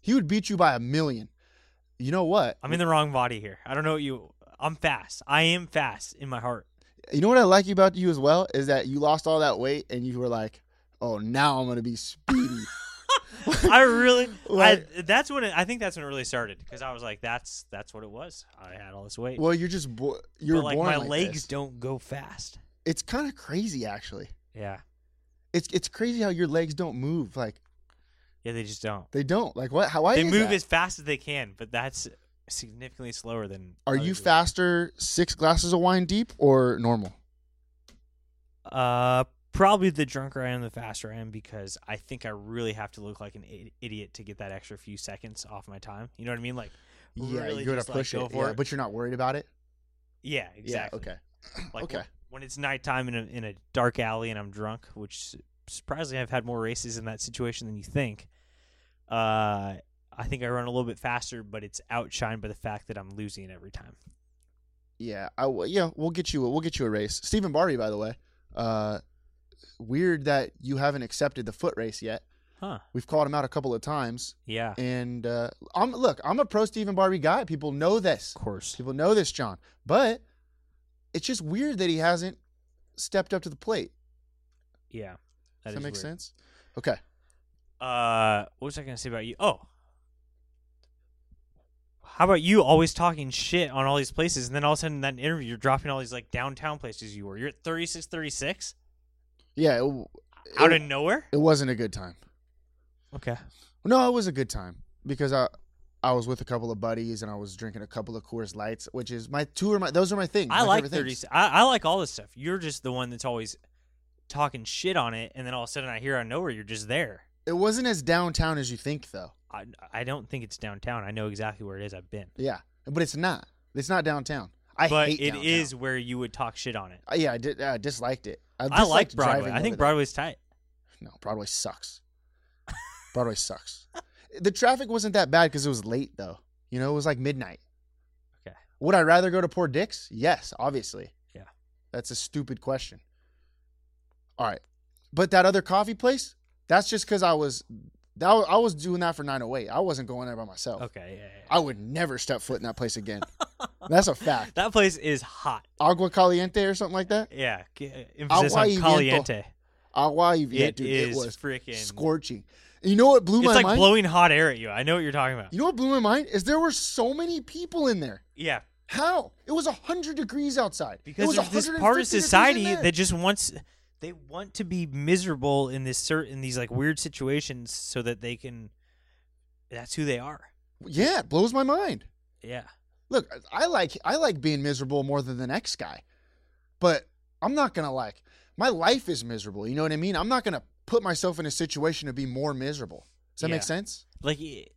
Speaker 1: He would beat you by a million. You know what?
Speaker 2: I'm in the wrong body here. I don't know what you I'm fast. I am fast in my heart.
Speaker 1: You know what I like about you as well is that you lost all that weight and you were like, "Oh, now I'm gonna be speedy."
Speaker 2: I really
Speaker 1: Like-
Speaker 2: I, that's when it, I think that's when it really started cuz I was like that's that's what it was. I had all this weight.
Speaker 1: well, you're just bo- you were
Speaker 2: but like
Speaker 1: born
Speaker 2: my
Speaker 1: like
Speaker 2: legs
Speaker 1: this.
Speaker 2: don't go fast.
Speaker 1: It's kind of crazy, actually.
Speaker 2: Yeah.
Speaker 1: It's it's crazy how your legs don't move. Like
Speaker 2: Yeah, they just don't.
Speaker 1: they don't. Like what? How? Why
Speaker 2: they
Speaker 1: is
Speaker 2: move
Speaker 1: that?
Speaker 2: as fast as they can, but that's significantly slower than.
Speaker 1: Are
Speaker 2: other
Speaker 1: you
Speaker 2: people.
Speaker 1: faster six glasses of wine deep or normal?
Speaker 2: Uh, probably the drunker I am, the faster I am because I think I really have to look like an i- idiot to get that extra few seconds off my time. You know what I mean? Like,
Speaker 1: Yeah,
Speaker 2: really
Speaker 1: you gotta
Speaker 2: just, like,
Speaker 1: push
Speaker 2: go
Speaker 1: it.
Speaker 2: for
Speaker 1: yeah,
Speaker 2: it.
Speaker 1: But you're not worried about it.
Speaker 2: yeah, exactly.
Speaker 1: Yeah. Okay.
Speaker 2: Like
Speaker 1: okay.
Speaker 2: When, when it's nighttime in a in a dark alley and I'm drunk, which surprisingly I've had more races in that situation than you think. Uh, I think I run a little bit faster, but it's outshined by the fact that I'm losing every time.
Speaker 1: Yeah. I w- yeah. We'll get you. We'll get you a race. Stephen Barbie, by the way. Uh, weird that you haven't accepted the foot race yet.
Speaker 2: Huh?
Speaker 1: We've called him out a couple of times,
Speaker 2: Yeah.
Speaker 1: and uh, I'm look. I'm a pro Stephen Barbie guy. People know this.
Speaker 2: Of course.
Speaker 1: People know this, John. But it's just weird that he hasn't stepped up to the plate.
Speaker 2: Yeah.
Speaker 1: Does that
Speaker 2: is
Speaker 1: make
Speaker 2: weird.
Speaker 1: sense? Okay.
Speaker 2: Uh, what was I gonna say about you? Oh, how about you always talking shit on all these places, and then all of a sudden in that interview you're dropping all these like downtown places you were. You're at thirty six thirty six
Speaker 1: Yeah. It, w-
Speaker 2: out
Speaker 1: it,
Speaker 2: of nowhere.
Speaker 1: it wasn't a good time.
Speaker 2: Okay.
Speaker 1: No, it was a good time because I I was with a couple of buddies and I was drinking a couple of Coors Lights, which is my two are my those are my things.
Speaker 2: I
Speaker 1: my
Speaker 2: like
Speaker 1: favorite
Speaker 2: thirty.
Speaker 1: things.
Speaker 2: I, I like all this stuff. You're just the one that's always talking shit on it, and then all of a sudden I hear out of nowhere you're just there.
Speaker 1: It wasn't as downtown as you think though.
Speaker 2: I I don't think it's downtown. I know exactly where it is. I've been,
Speaker 1: Yeah, but it's not. It's not downtown. I
Speaker 2: but
Speaker 1: hate
Speaker 2: it
Speaker 1: downtown.
Speaker 2: is where you would talk shit on it.
Speaker 1: Uh, Yeah, I did. I disliked it. I,
Speaker 2: I
Speaker 1: disliked
Speaker 2: like Broadway.
Speaker 1: driving
Speaker 2: I think
Speaker 1: over there.
Speaker 2: Broadway's tight.
Speaker 1: No, Broadway sucks. Broadway sucks. The traffic wasn't that bad because it was late though. You know, it was like midnight.
Speaker 2: Okay.
Speaker 1: Would I rather go to Poor Dick's? Yes, obviously.
Speaker 2: Yeah.
Speaker 1: That's a stupid question. All right. But that other coffee place, that's just because I was that wa- I was doing that for 908. I wasn't going there by myself.
Speaker 2: Okay. Yeah, yeah.
Speaker 1: I would never step foot in that place again. that's a fact.
Speaker 2: That place is hot.
Speaker 1: Agua caliente or something like that.
Speaker 2: Yeah, g-
Speaker 1: Agua
Speaker 2: emphasis on
Speaker 1: y viento.
Speaker 2: caliente.
Speaker 1: Agua y yeah,
Speaker 2: It
Speaker 1: dude, it
Speaker 2: is
Speaker 1: was
Speaker 2: freaking-
Speaker 1: scorching. And you know what blew
Speaker 2: It's
Speaker 1: my
Speaker 2: like
Speaker 1: mind?
Speaker 2: blowing hot air at you. I know what you're talking about.
Speaker 1: You know what blew my mind is there were so many people in there.
Speaker 2: Yeah,
Speaker 1: How? It was hundred degrees outside. It
Speaker 2: because
Speaker 1: was
Speaker 2: there's this part
Speaker 1: 150
Speaker 2: of
Speaker 1: degrees in
Speaker 2: society
Speaker 1: there.
Speaker 2: that just wants they want to be miserable in this certain these like weird situations so that they can. That's who they are.
Speaker 1: yeah it blows my mind.
Speaker 2: Yeah,
Speaker 1: Look, I like I like being miserable more than the next guy, but I'm not gonna like my life is miserable. You know what I mean? I'm not gonna put myself in a situation to be more miserable. Does that
Speaker 2: Yeah.
Speaker 1: make sense?
Speaker 2: like it-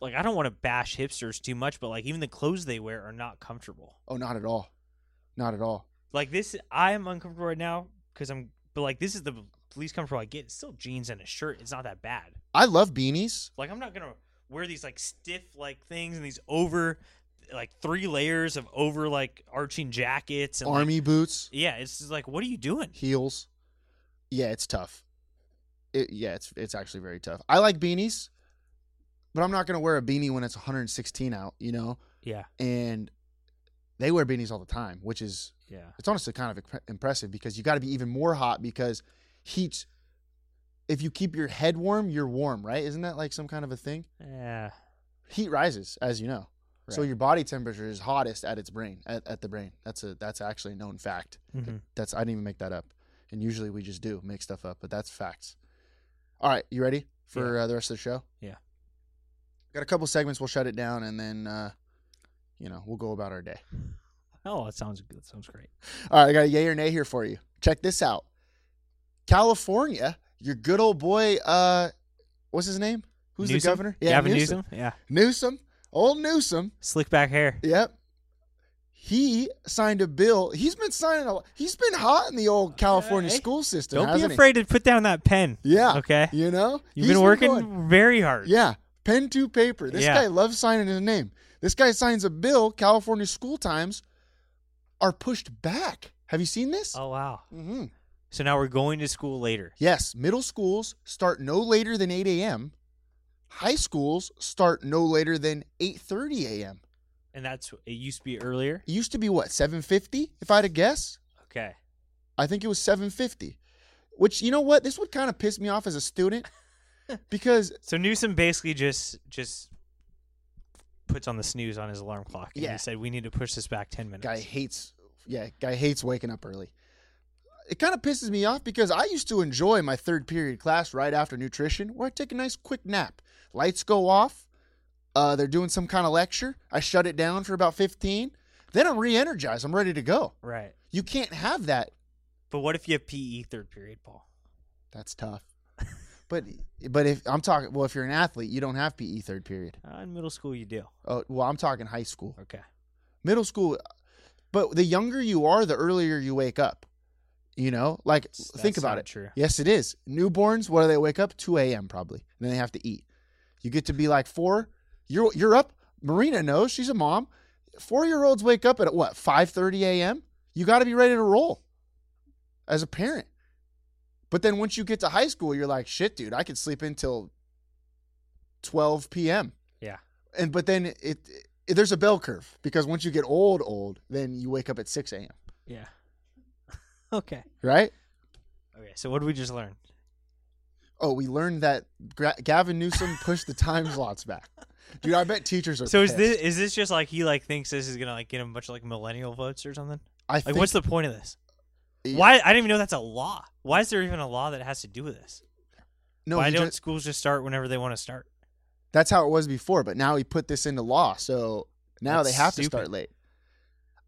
Speaker 2: like I don't want to bash hipsters too much, but like even the clothes they wear are not comfortable.
Speaker 1: Oh, not at all, not at all.
Speaker 2: Like this, I am uncomfortable right now because I'm. But like this is the least comfortable I get. It's still jeans and a shirt. It's not that bad.
Speaker 1: I love beanies.
Speaker 2: Like I'm not gonna wear these like stiff like things and these over like three layers of over like arching jackets and like-
Speaker 1: Army boots.
Speaker 2: yeah, it's just like what are you doing?
Speaker 1: heels. Yeah, it's tough. It, yeah, it's it's actually very tough. I like beanies, but I'm not gonna wear a beanie when it's 116 out, you know.
Speaker 2: Yeah,
Speaker 1: And they wear beanies all the time, which is
Speaker 2: yeah,
Speaker 1: it's honestly kind of impre- impressive because you got to be even more hot because heat. If you keep your head warm, you're warm, right? Isn't that like some kind of a thing?
Speaker 2: yeah.
Speaker 1: Heat rises, as you know, so
Speaker 2: Right.
Speaker 1: your body temperature is hottest at its brain at, at the brain. That's a that's actually a known fact.
Speaker 2: Mhm.
Speaker 1: That's I didn't even make that up. And usually we just do make stuff up, but that's facts. All right, you ready for uh, the rest of the show?
Speaker 2: Yeah.
Speaker 1: Got a couple segments. We'll shut it down, and then uh, you know we'll go about our day.
Speaker 2: Oh, that sounds good. That sounds great.
Speaker 1: All right, I got a yay or nay here for you. Check this out. California, your good old boy. Uh, what's his name? Who's the
Speaker 2: Newsom?
Speaker 1: governor?
Speaker 2: Gavin Newsom. Yeah,
Speaker 1: Newsom. Old Newsom.
Speaker 2: slick back hair.
Speaker 1: Yep. He signed a bill. He's been signing a. He's been hot in the old California
Speaker 2: Hey,
Speaker 1: school system.
Speaker 2: Don't be
Speaker 1: hasn't he?
Speaker 2: afraid to put down that pen.
Speaker 1: Yeah.
Speaker 2: Okay.
Speaker 1: You know?
Speaker 2: You've
Speaker 1: He's
Speaker 2: been working
Speaker 1: going-
Speaker 2: very hard.
Speaker 1: yeah. Pen to paper. This
Speaker 2: Yeah.
Speaker 1: guy loves signing his name. This guy signs a bill. California school times are pushed back. Have you seen this?
Speaker 2: Oh wow.
Speaker 1: hmm
Speaker 2: So now we're going to school later.
Speaker 1: Yes. Middle schools start no later than 8 a.m. High schools start no later than 8.30 a.m.
Speaker 2: And that's it used to be earlier.
Speaker 1: It used to be, what, 7.50 if I had to guess?
Speaker 2: Okay.
Speaker 1: I think it was 750. Which you know what? This would kind of piss me off as a student because
Speaker 2: So Newsom basically just just puts on the snooze on his alarm clock. And
Speaker 1: Yeah.
Speaker 2: He said we need to push this back ten minutes.
Speaker 1: guy hates yeah, guy hates waking up early. It kind of pisses me off because I used to enjoy my third period class right after nutrition where I take a nice quick nap. Lights go off. Uh, they're doing some kind of lecture. I shut it down for about 15. Then I'm re energized. I'm ready to go.
Speaker 2: Right.
Speaker 1: You can't have that
Speaker 2: But what if you have PE third period, Paul?
Speaker 1: That's tough. But but if I'm talking, well, if you're an athlete, you don't have PE third period.
Speaker 2: Uh, in middle school, you do.
Speaker 1: Oh, well, I'm talking high school,
Speaker 2: Okay.
Speaker 1: middle school. But the younger you are, the earlier you wake up. You know, like think
Speaker 2: that's
Speaker 1: about
Speaker 2: not
Speaker 1: it.
Speaker 2: true.
Speaker 1: Yes, it is. Newborns, what do they wake up? 2 a.m. probably. And then they have to eat. You get to be like four. You're you're up. Marina knows she's a mom. Four year olds wake up at what 5:30 a.m. You got to be ready to roll as a parent. But then once you get to high school, you're like, shit, dude, I could sleep until 12 p.m.
Speaker 2: Yeah.
Speaker 1: And but then it, it there's a bell curve because once you get old, old, then you wake up at 6 a.m.
Speaker 2: Yeah. okay.
Speaker 1: Right?
Speaker 2: Okay. So what did we just learn?
Speaker 1: Oh, we learned that Gra- Gavin Newsom pushed the time slots back. Dude, I bet teachers are.
Speaker 2: So is this
Speaker 1: pissed.
Speaker 2: is this just like he like thinks this is gonna like get him a bunch of like millennial votes or something?
Speaker 1: I
Speaker 2: Like,
Speaker 1: think,
Speaker 2: what's the point of this?
Speaker 1: Yeah.
Speaker 2: Why I didn't even know that's a law. Why is there even a law that has to do with this?
Speaker 1: no?
Speaker 2: Why
Speaker 1: he
Speaker 2: don't
Speaker 1: just-
Speaker 2: schools just start whenever they want to start?
Speaker 1: that's how it was before, but now he put this into law, so now
Speaker 2: That's
Speaker 1: they have to
Speaker 2: stupid.
Speaker 1: start late.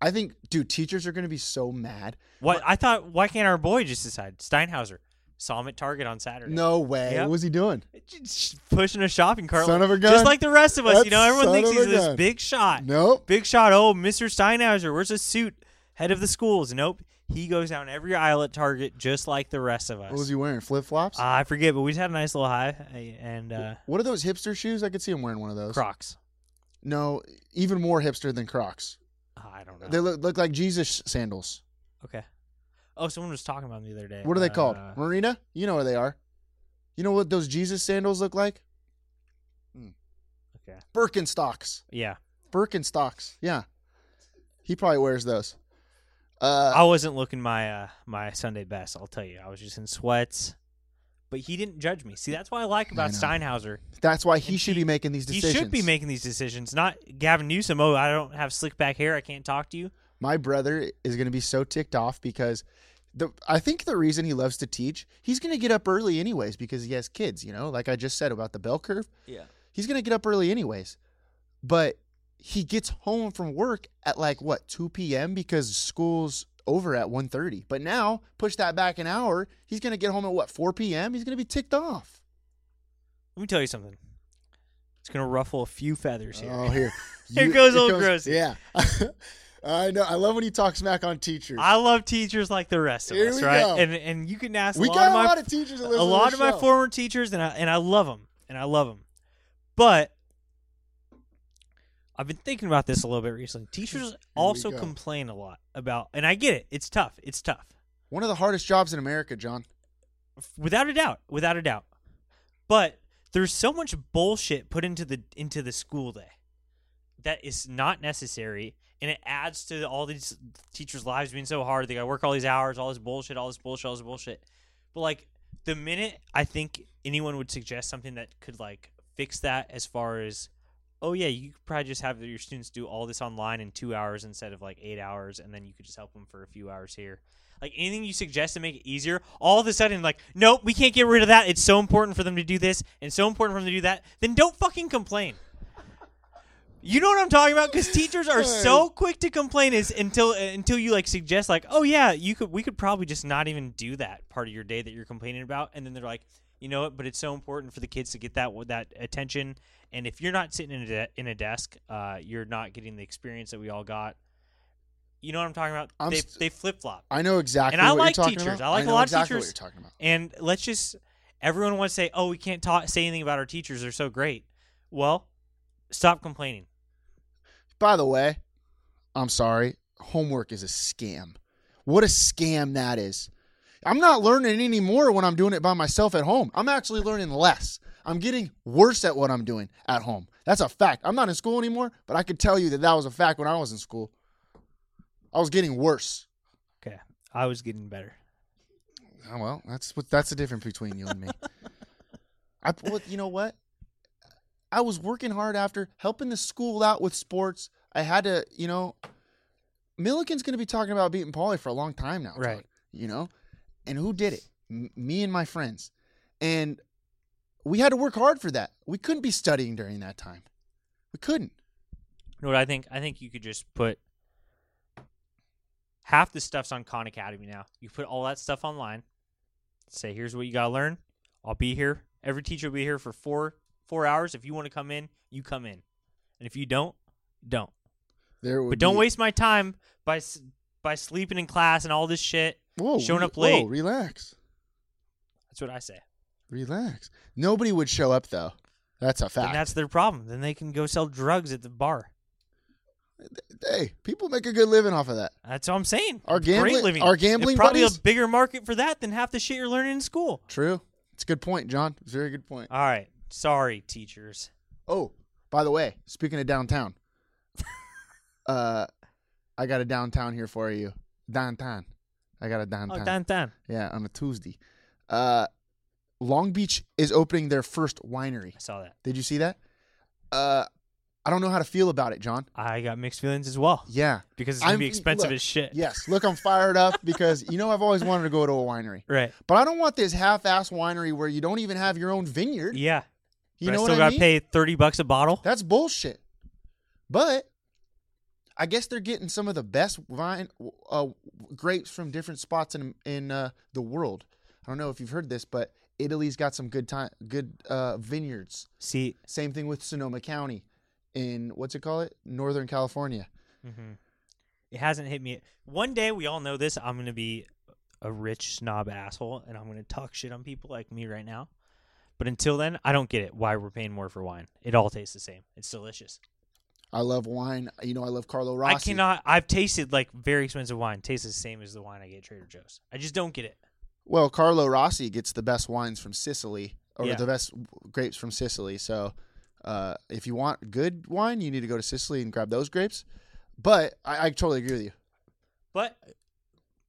Speaker 1: I think, dude, teachers are going to be so mad.
Speaker 2: What I thought? Why can't our boy just decide? Steinhauser saw him at Target on Saturday.
Speaker 1: No way.
Speaker 2: Yep.
Speaker 1: What was he doing?
Speaker 2: Just pushing a shopping cart,
Speaker 1: Son of a
Speaker 2: just
Speaker 1: gun.
Speaker 2: like the rest of us.
Speaker 1: That's
Speaker 2: you know, everyone
Speaker 1: son
Speaker 2: thinks
Speaker 1: of
Speaker 2: he's
Speaker 1: a
Speaker 2: this
Speaker 1: gun.
Speaker 2: big shot.
Speaker 1: Nope.
Speaker 2: Big shot. Oh, Mr. Steinhauser, where's his suit? Head of the schools. Nope. He goes down every aisle at Target just like the rest of us.
Speaker 1: What was he wearing? Flip flops?
Speaker 2: Uh, I forget, but we just had a nice little high uh, and uh,
Speaker 1: what are those hipster shoes? I could see him wearing one of those.
Speaker 2: Crocs.
Speaker 1: No, even more hipster than Crocs.
Speaker 2: Uh, I don't know.
Speaker 1: They look, look like Jesus sandals.
Speaker 2: okay. Oh, someone was talking about them the other day.
Speaker 1: What are they called?
Speaker 2: Uh,
Speaker 1: Marina, you know where they are. You know what those Jesus sandals look like?
Speaker 2: Hmm. Okay.
Speaker 1: Birkenstocks.
Speaker 2: Yeah,
Speaker 1: Birkenstocks. Yeah. He probably wears those. Uh,
Speaker 2: I wasn't looking my uh, my Sunday best. I'll tell you, I was just in sweats. But he didn't judge me. See, that's what I like about
Speaker 1: know.
Speaker 2: Steinhauser.
Speaker 1: that's why he
Speaker 2: and
Speaker 1: should
Speaker 2: he-
Speaker 1: be making these decisions.
Speaker 2: He should be making these decisions, not Gavin Newsom. Oh, I don't have slick back hair. I can't talk to you.
Speaker 1: My brother is going to be so ticked off because the I think the reason he loves to teach, he's going to get up early anyways because he has kids, you know, like I just said about the bell curve.
Speaker 3: Yeah.
Speaker 1: He's going to get up early anyways. But he gets home from work at like what, 2 p.m. because school's over at 1:30. But now, push that back an hour, he's going to get home at what, 4 p.m. He's going to be ticked off.
Speaker 2: Let me tell you something. It's gonna ruffle a few feathers here.
Speaker 1: Oh, here.
Speaker 2: Here
Speaker 1: You-
Speaker 2: goes
Speaker 1: here
Speaker 2: old Grossy.
Speaker 1: Yeah. I know. I love when he talks smack on teachers.
Speaker 2: I love teachers like the rest of
Speaker 1: Here
Speaker 2: us,
Speaker 1: we
Speaker 2: right?
Speaker 1: go.
Speaker 2: And and you can ask
Speaker 1: we
Speaker 2: a lot
Speaker 1: got
Speaker 2: of
Speaker 1: a
Speaker 2: my
Speaker 1: lot of teachers that listen to
Speaker 2: a lot
Speaker 1: this
Speaker 2: of my
Speaker 1: show.
Speaker 2: former teachers, and I and I love them, and I love them, but I've been thinking about this a little bit recently. Teachers also
Speaker 1: go.
Speaker 2: complain a lot about, and I get it. It's tough. It's tough,
Speaker 1: One of the hardest jobs in America, John.
Speaker 2: without a doubt, without a doubt. But there's so much bullshit put into the into the school day that is not necessary, and it adds to all these teachers' lives being so hard. They got to work all these hours, all this bullshit, all this bullshit, all this bullshit. But like the minute I think anyone would suggest something that could like fix that, as far as oh yeah, you could probably just have your students do all this online in two hours instead of like eight hours, and then you could just help them for a few hours here. Like anything you suggest to make it easier, all of a sudden, like, nope, we can't get rid of that. It's so important for them to do this and so important for them to do that. Then don't fucking complain. You know what I'm talking about? Because teachers are so quick to complain is until until you like suggest like, oh yeah, you could we could probably just not even do that part of your day that you're complaining about, and then they're like, you know what? But it's so important for the kids to get that that attention, and if you're not sitting in a de- in a desk, uh, you're not getting the experience that we all got. You know what I'm talking about?
Speaker 1: I'm
Speaker 2: they
Speaker 1: st-
Speaker 2: they flip flop.
Speaker 1: I know exactly.
Speaker 2: And I
Speaker 1: what
Speaker 2: like
Speaker 1: you're talking
Speaker 2: teachers.
Speaker 1: About.
Speaker 2: I like a
Speaker 1: know
Speaker 2: lot of
Speaker 1: exactly
Speaker 2: teachers.
Speaker 1: What you're talking about.
Speaker 2: And let's just everyone wants to say, "Oh, we can't talk, say anything about our teachers; they're so great." Well, stop complaining.
Speaker 1: By the way, I'm sorry. Homework is a scam. What a scam that is. I'm not learning any more when I'm doing it by myself at home. I'm actually learning less. I'm getting worse at what I'm doing at home. That's a fact. I'm not in school anymore, but I could tell you that that was a fact when I was in school. I was getting worse.
Speaker 2: Okay, I was getting better.
Speaker 1: Oh, well, that's what that's the difference between you and me. I well, you know what? I was working hard after helping the school out with sports. I had to, you know, Milliken's going to be talking about beating Paulie for a long time now, Todd,
Speaker 2: Right.
Speaker 1: you know, and who did it? M- me and my friends, and we had to work hard for that. We couldn't be studying during that time. We couldn't.
Speaker 2: You know what I think? I think you could just put half the stuff's on Khan Academy now. You put all that stuff online. Say, here's what you gotta learn. I'll be here. Every teacher will be here for four four hours. If you want to come in, you come in, and if you don't, don't.
Speaker 1: There would
Speaker 2: But don't
Speaker 1: be-
Speaker 2: waste my time by s- by sleeping in class and all this shit.
Speaker 1: Whoa,
Speaker 2: showing
Speaker 1: re-
Speaker 2: up late.
Speaker 1: Whoa, relax.
Speaker 2: That's what I say.
Speaker 1: Relax. Nobody would show up though. That's a fact.
Speaker 2: And that's their problem. Then they can go sell drugs at the bar.
Speaker 1: hey, people make a good living off of that.
Speaker 2: That's all I'm saying.
Speaker 1: Our
Speaker 2: It's great
Speaker 1: gambling-
Speaker 2: living.
Speaker 1: our
Speaker 2: There's
Speaker 1: gambling
Speaker 2: probably
Speaker 1: buddies-
Speaker 2: a bigger market for that than half the shit you're learning in school.
Speaker 1: True. It's a good point, John. It's a very good point.
Speaker 2: All right, sorry, teachers.
Speaker 1: Oh, by the way, speaking of downtown, uh, I got a downtown here for you. Downtown. I got a
Speaker 2: Oh,
Speaker 1: downtown.
Speaker 2: Dan Dan.
Speaker 1: yeah, on a Tuesday. Uh, Long Beach is opening their first winery.
Speaker 2: I saw that.
Speaker 1: Did you see that? Uh, I don't know how to feel about it, John.
Speaker 2: I got mixed feelings as well
Speaker 1: Yeah.
Speaker 2: because it's gonna
Speaker 1: I'm-
Speaker 2: be expensive
Speaker 1: look,
Speaker 2: as shit.
Speaker 1: Yes. Look, I'm fired up because you know I've always wanted to go to a winery,
Speaker 2: Right.
Speaker 1: but I don't want this half-ass winery where you don't even have your own vineyard.
Speaker 2: Yeah.
Speaker 1: you
Speaker 2: but
Speaker 1: know
Speaker 2: I
Speaker 1: what
Speaker 2: still
Speaker 1: I
Speaker 2: gotta
Speaker 1: mean?
Speaker 2: pay thirty bucks a bottle.
Speaker 1: That's bullshit. But I guess they're getting some of the best wine uh, grapes from different spots in in uh, the world. I don't know if you've heard this, but Italy's got some good time, good uh, vineyards.
Speaker 2: See,
Speaker 1: Same thing with Sonoma County in what's it called? It Northern California.
Speaker 2: it hasn't hit me. One day we all know this. I'm gonna be a rich snob asshole, and I'm gonna talk shit on people like me right now. But until then, I don't get it. Why we're paying more for wine? It all tastes the same. It's delicious.
Speaker 1: I love wine. You know, I love Carlo Rossi.
Speaker 2: I cannot. I've tasted like very expensive wine. Tastes the same as the wine I get at Trader Joe's. I just don't get it.
Speaker 1: Well, Carlo Rossi gets the best wines from Sicily, or
Speaker 2: Yeah.
Speaker 1: the best grapes from Sicily. So, uh, if you want good wine, you need to go to Sicily and grab those grapes. But I, I totally agree with you.
Speaker 2: But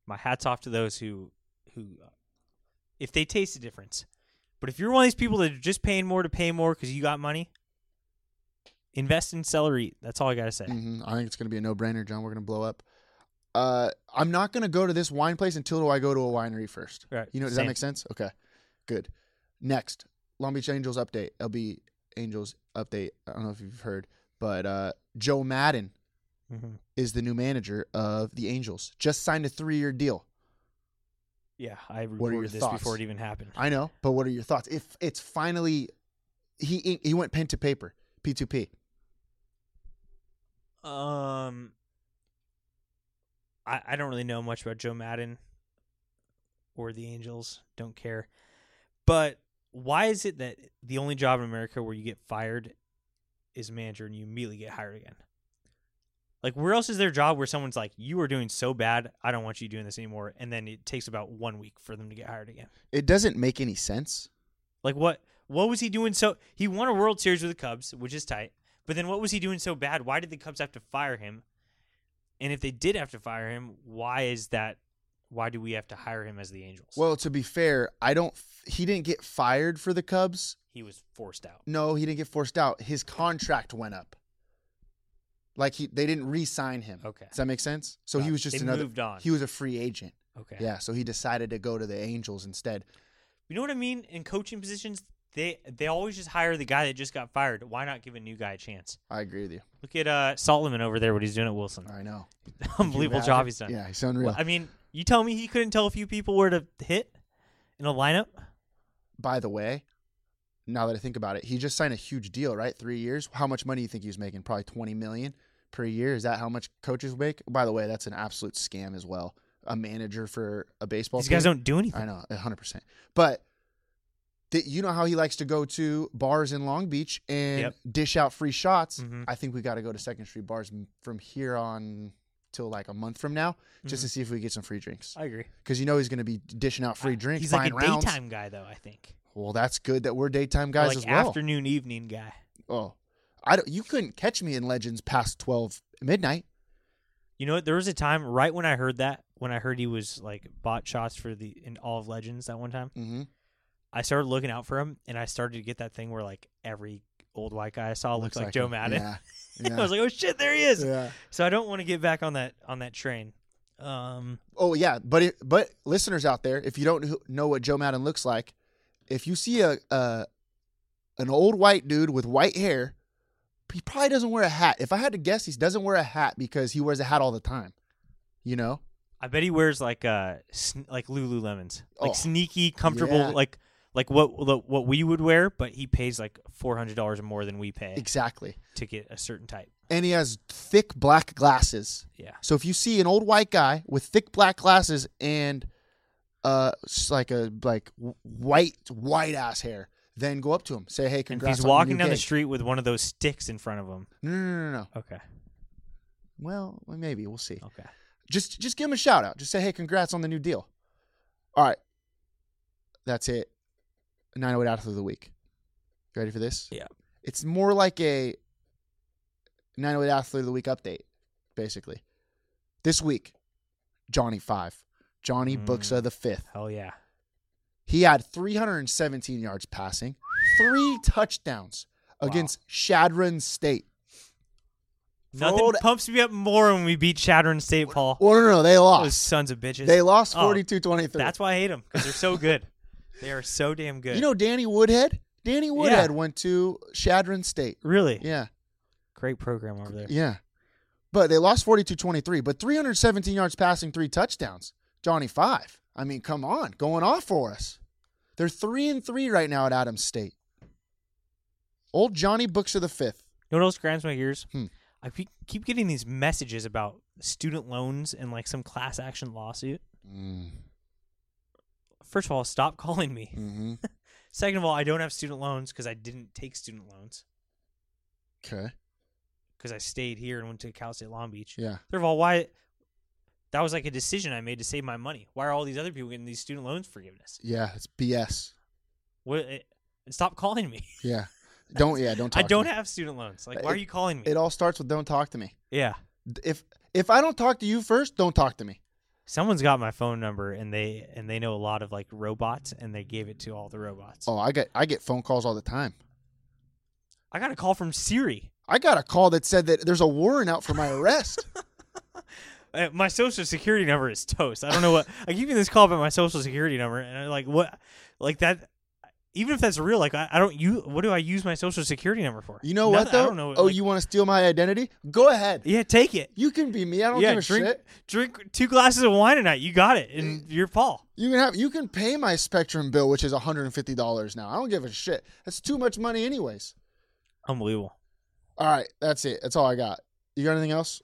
Speaker 2: my hats off to those who who uh, if they taste the difference. But if you're one of these people that are just paying more to pay more because you got money, invest in celery. That's all I gotta say.
Speaker 1: hmm I think it's going to be a no-brainer, John. We're going to blow up. Uh, I'm not going to go to this wine place until I go to a winery first.
Speaker 2: Right.
Speaker 1: You know, does
Speaker 2: Same.
Speaker 1: that make sense? Okay. Good. Next, Long Beach Angels update. LB Angels update. I don't know if you've heard, but uh, Joe Madden
Speaker 2: Mhm.
Speaker 1: is the new manager of the Angels. Just signed a three-year deal.
Speaker 2: Yeah, I
Speaker 1: are your
Speaker 2: reported this
Speaker 1: thoughts?
Speaker 2: before it even happened.
Speaker 1: I know, but what are your thoughts? If it's finally, he he went pen to paper, P two P.
Speaker 2: Um, I I don't really know much about Joe Madden or the Angels. Don't care. But why is it that the only job in America where you get fired is manager and you immediately get hired again? Like where else is there a job where someone's like, "You are doing so bad, I don't want you doing this anymore," and then it takes about one week for them to get hired again.
Speaker 1: It doesn't make any sense.
Speaker 2: Like what what was he doing so he won a World Series with the Cubs, which is tight. But then what was he doing so bad? Why did the Cubs have to fire him? And if they did have to fire him, why is that why do we have to hire him as the Angels?
Speaker 1: Well, to be fair, I don't. He didn't get fired for the Cubs.
Speaker 2: he was forced out.
Speaker 1: No, he didn't get forced out. His contract went up. Like he, they didn't re-sign him.
Speaker 2: Okay.
Speaker 1: Does that make sense? So
Speaker 2: Got
Speaker 1: he
Speaker 2: it.
Speaker 1: was just
Speaker 2: They
Speaker 1: another.
Speaker 2: moved on.
Speaker 1: He was a free agent.
Speaker 2: Okay.
Speaker 1: Yeah. So he decided to go to the Angels instead.
Speaker 2: You know what I mean? In coaching positions, they they always just hire the guy that just got fired. Why not give a new guy a chance?
Speaker 1: I agree with you.
Speaker 2: Look at uh Solomon over there what he's doing at Wilson.
Speaker 1: I know.
Speaker 2: Unbelievable job he's done.
Speaker 1: Uh, Yeah, he's unreal.
Speaker 2: Well, I mean, you tell me he couldn't tell a few people where to hit in a lineup?
Speaker 1: by the way, now that I think about it, he just signed a huge deal, right? Three years. How much money do you think he was making? Probably twenty million per year. Is that how much coaches make? By the way, that's an absolute scam as well. A manager for a baseball.
Speaker 2: These guys
Speaker 1: team?
Speaker 2: don't do anything.
Speaker 1: I know, hundred percent. But th- you know how he likes to go to bars in Long Beach and
Speaker 2: Yep.
Speaker 1: dish out free shots.
Speaker 2: Mhm.
Speaker 1: I think we got to go to Second Street bars m- from here on till like a month from now, just
Speaker 2: Mm-hmm.
Speaker 1: to see if we get some free drinks.
Speaker 2: I agree.
Speaker 1: Because you know he's going to be dishing out free drinks.
Speaker 2: Uh, He's like
Speaker 1: buying
Speaker 2: a
Speaker 1: rounds.
Speaker 2: daytime guy, though. I think
Speaker 1: Well, that's good that we're daytime
Speaker 2: Or
Speaker 1: guys
Speaker 2: like
Speaker 1: as well.
Speaker 2: afternoon, evening guy.
Speaker 1: oh, I don't, you couldn't catch me in Legends past twelve midnight.
Speaker 2: You know, what? there was a time right when I heard that, when I heard he was like bought shots for the in all of Legends that one time,
Speaker 1: Mm-hmm.
Speaker 2: I started looking out for him, and I started to get that thing where like every old white guy I saw looks, like, Joe Madden.
Speaker 1: Yeah,
Speaker 2: I was like, oh shit, there he is.
Speaker 1: yeah.
Speaker 2: So I don't want to get back on that on that train. Um,
Speaker 1: Oh yeah, but it, but listeners out there, if you don't who- know what Joe Madden looks like, if you see a, a an old white dude with white hair, he probably doesn't wear a hat. If I had to guess, he doesn't wear a hat because he wears a hat all the time. You know,
Speaker 2: I bet he wears like uh sn- like Lululemons, like
Speaker 1: Oh,
Speaker 2: sneaky, comfortable,
Speaker 1: yeah.
Speaker 2: like like what what- what we would wear, but he pays like four hundred dollars more than we pay
Speaker 1: Exactly.
Speaker 2: to get a certain type.
Speaker 1: And he has thick black glasses.
Speaker 2: Yeah,
Speaker 1: So if you see an old white guy with thick black glasses and uh s- like a like w- white white ass hair, then go up to him, say, "Hey,
Speaker 2: and if
Speaker 1: congrats."
Speaker 2: he's
Speaker 1: on
Speaker 2: walking
Speaker 1: your new
Speaker 2: down the
Speaker 1: gig."
Speaker 2: street with one of those sticks in front of him.
Speaker 1: No, no, no, no, no.
Speaker 2: Okay,
Speaker 1: Well, maybe we'll see.
Speaker 2: okay.
Speaker 1: Just just give him a shout out. Just say, "Hey, congrats on the new deal." All right, that's it. 908 out of the week. You ready for this?
Speaker 2: Yeah.
Speaker 1: It's more like a 908 athlete of the week update, basically. This week, Johnny Five, Johnny
Speaker 2: Mm.
Speaker 1: Booksa the fifth.
Speaker 2: Hell yeah.
Speaker 1: He had 317 yards passing, three touchdowns against Shadron State.
Speaker 2: Nothing
Speaker 1: Rolled-
Speaker 2: pumps me up more when we beat Shadron State, Paul.
Speaker 1: Well, Oh, no, no, they
Speaker 2: Those
Speaker 1: lost.
Speaker 2: sons of bitches.
Speaker 1: They lost
Speaker 2: Oh,
Speaker 1: 42 23.
Speaker 2: That's why I hate them because they're so good. they are so damn good.
Speaker 1: You know Danny Woodhead? Danny Woodhead went to Shadron State.
Speaker 2: really
Speaker 1: Yeah.
Speaker 2: great program over there.
Speaker 1: Yeah. But they lost 42 23, but 317 yards passing, three touchdowns. Johnny Five. I mean, come on, going off for us. They're three and three right now at Adams State. Old Johnny Books of the fifth.
Speaker 2: You know what else grinds my gears?
Speaker 1: Hmm.
Speaker 2: I pe- keep getting these messages about student loans and like some class action lawsuit. First of all, stop calling me.
Speaker 1: Mm-hmm.
Speaker 2: Second of all, I don't have student loans because I didn't take student loans
Speaker 1: Okay.
Speaker 2: because I stayed here and went to Cal State Long Beach.
Speaker 1: Yeah.
Speaker 2: Third of all, why? That was like a decision I made to save my money. Why are all these other people getting these student loans forgiveness?
Speaker 1: Yeah. It's BS.
Speaker 2: What? It, stop calling me.
Speaker 1: Yeah. Don't. Yeah. Don't.
Speaker 2: I
Speaker 1: Talk to
Speaker 2: don't
Speaker 1: me.
Speaker 2: have student loans. Like, why are
Speaker 1: It-
Speaker 2: you calling me?
Speaker 1: It all starts with don't talk to me.
Speaker 2: yeah.
Speaker 1: D- If if I don't talk to you first, don't talk to me.
Speaker 2: Someone's got my phone number and they and they know a lot of like robots and they gave it to all the robots.
Speaker 1: Oh, I get I get phone calls all the time.
Speaker 2: I got a call from Siri.
Speaker 1: I got a call that said that there's a warrant out for my arrest.
Speaker 2: Uh, my social security number is toast. I don't know what I give you this call about my social security number and I'm like what like that even if that's real like I, I don't you what do I use my social security number for?
Speaker 1: You know what
Speaker 2: Nothing-
Speaker 1: though?
Speaker 2: I don't know.
Speaker 1: oh,
Speaker 2: like-
Speaker 1: you want to steal my identity? Go ahead.
Speaker 2: Yeah, take it.
Speaker 1: You can be me. I don't
Speaker 2: yeah,
Speaker 1: give a
Speaker 2: drink
Speaker 1: shit.
Speaker 2: drink two glasses of wine tonight. You got it. And you're Paul.
Speaker 1: You can have you can pay my Spectrum bill, which is $150 now. I don't give a shit. That's too much money anyways.
Speaker 2: Unbelievable.
Speaker 1: All right, that's it. That's all I got. You got anything else?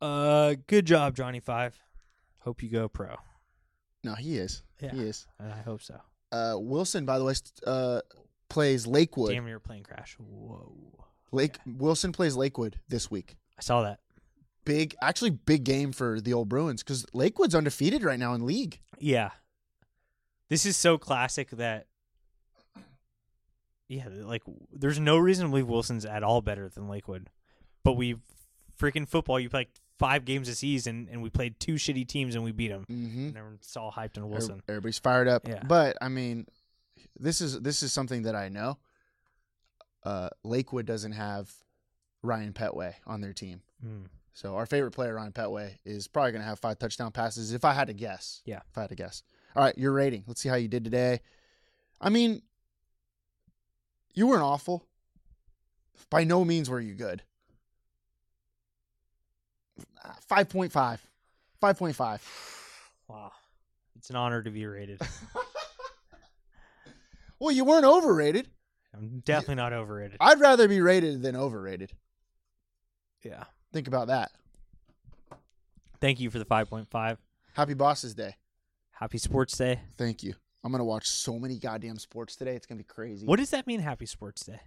Speaker 2: Uh good job, Johnny Five. Hope you go pro.
Speaker 1: No, he is.
Speaker 2: Yeah.
Speaker 1: He is.
Speaker 2: I hope so.
Speaker 1: Uh, Wilson, by the way, st- uh, plays Lakewood.
Speaker 2: Damn near plane crash. Whoa.
Speaker 1: Lake Wilson plays Lakewood this week.
Speaker 2: I saw that.
Speaker 1: Big, actually, big game for the old Bruins because Lakewood's undefeated right now in league.
Speaker 2: Yeah. This is so classic that Yeah, like there's no reason to believe Wilson's at all better than Lakewood. But we freaking football, you played five games a season and we played two shitty teams and we beat them.
Speaker 1: Mm-hmm. Er,
Speaker 2: And everyone's all hyped on Wilson.
Speaker 1: Everybody's fired up.
Speaker 2: Yeah.
Speaker 1: But I mean, this is this is something that I know. Uh, Lakewood doesn't have Ryan Petway on their team,
Speaker 2: Mm.
Speaker 1: so our favorite player Ryan Petway is probably going to have five touchdown passes. If I had to guess,
Speaker 2: Yeah.
Speaker 1: If I had to guess, all right, your rating. Let's see how you did today. I mean, you weren't awful. By no means were you good. Five point five. Five point five.
Speaker 2: Wow. It's an honor to be rated.
Speaker 1: Well, you weren't overrated.
Speaker 2: I'm definitely not overrated.
Speaker 1: I'd rather be rated than overrated.
Speaker 2: Yeah.
Speaker 1: Think about that.
Speaker 2: Thank you for the 5.5.
Speaker 1: Happy Bosses Day.
Speaker 2: Happy Sports Day.
Speaker 1: Thank you. I'm gonna watch so many goddamn sports today. It's gonna be crazy.
Speaker 2: What does that mean, Happy Sports Day?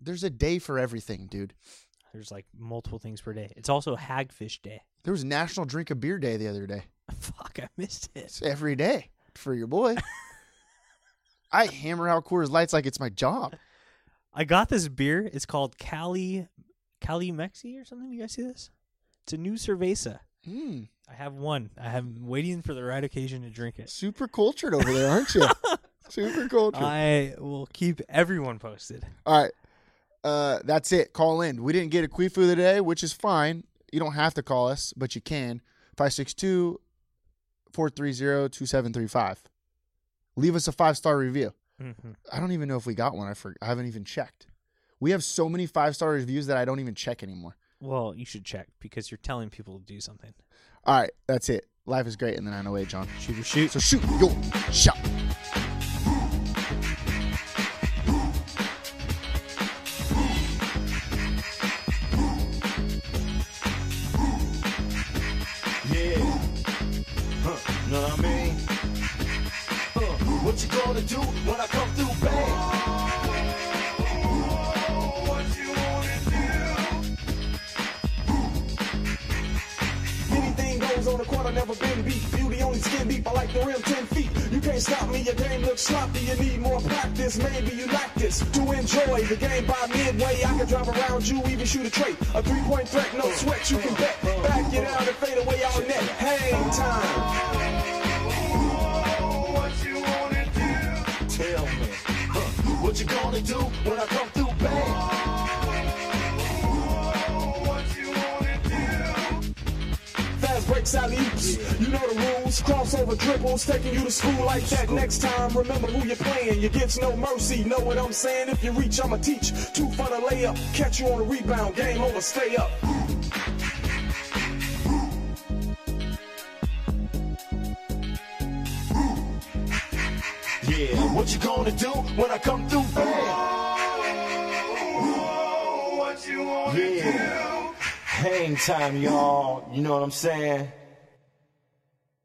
Speaker 1: There's a day for everything, dude.
Speaker 2: There's like multiple things per day. It's also Hagfish Day.
Speaker 1: There was National Drink a Beer Day the other day.
Speaker 2: Fuck, I missed it.
Speaker 1: It's every day for your boy. I hammer out Coors Lights like it's my job.
Speaker 2: I got this beer. It's called Cali Cali Mexi or something. You guys see this? It's a new cerveza.
Speaker 1: Hmm.
Speaker 2: I have one. I have waiting for the right occasion to drink it.
Speaker 1: super cultured over there, aren't you? super cultured.
Speaker 2: I will keep everyone posted.
Speaker 1: All right. Uh, that's it. Call in. We didn't get a Quifu today, which is fine. You don't have to call us, but you can. 562 430 2735. Leave us a five star review.
Speaker 2: Mm-hmm.
Speaker 1: I don't even know if we got one. I, for- I haven't even checked. We have so many five star reviews that I don't even check anymore.
Speaker 2: Well, you should check because you're telling people to do something.
Speaker 1: All right, that's it. Life is great in the 908, John.
Speaker 2: Shoot your shoot.
Speaker 1: So shoot your shot.
Speaker 6: Yeah. Huh, know what I mean? Huh, what you gonna do when I come through, babe? Anything goes on the court, I never been beat. Beauty only skin deep, I like the rim 10 feet. You can't stop me, your game looks sloppy. You need more practice, maybe you like this. To enjoy the game by midway, I can drive around you, even shoot a trait. A three point threat, no sweat, you can bet. Back it out and fade away all net. Hang time. Tell me, huh, what you gonna do when I come through, babe? Fast breaks out oops. You know the rules. Crossover dribbles, taking you to school like that. Next time, remember who you're playing. You gets no mercy. Know what I'm saying? If you reach, I'ma teach. Two for the layup. Catch you on the rebound. Game over. Stay up. Yeah, what you gonna do when I come through? yeah. Hang time, y'all. You know what I'm saying?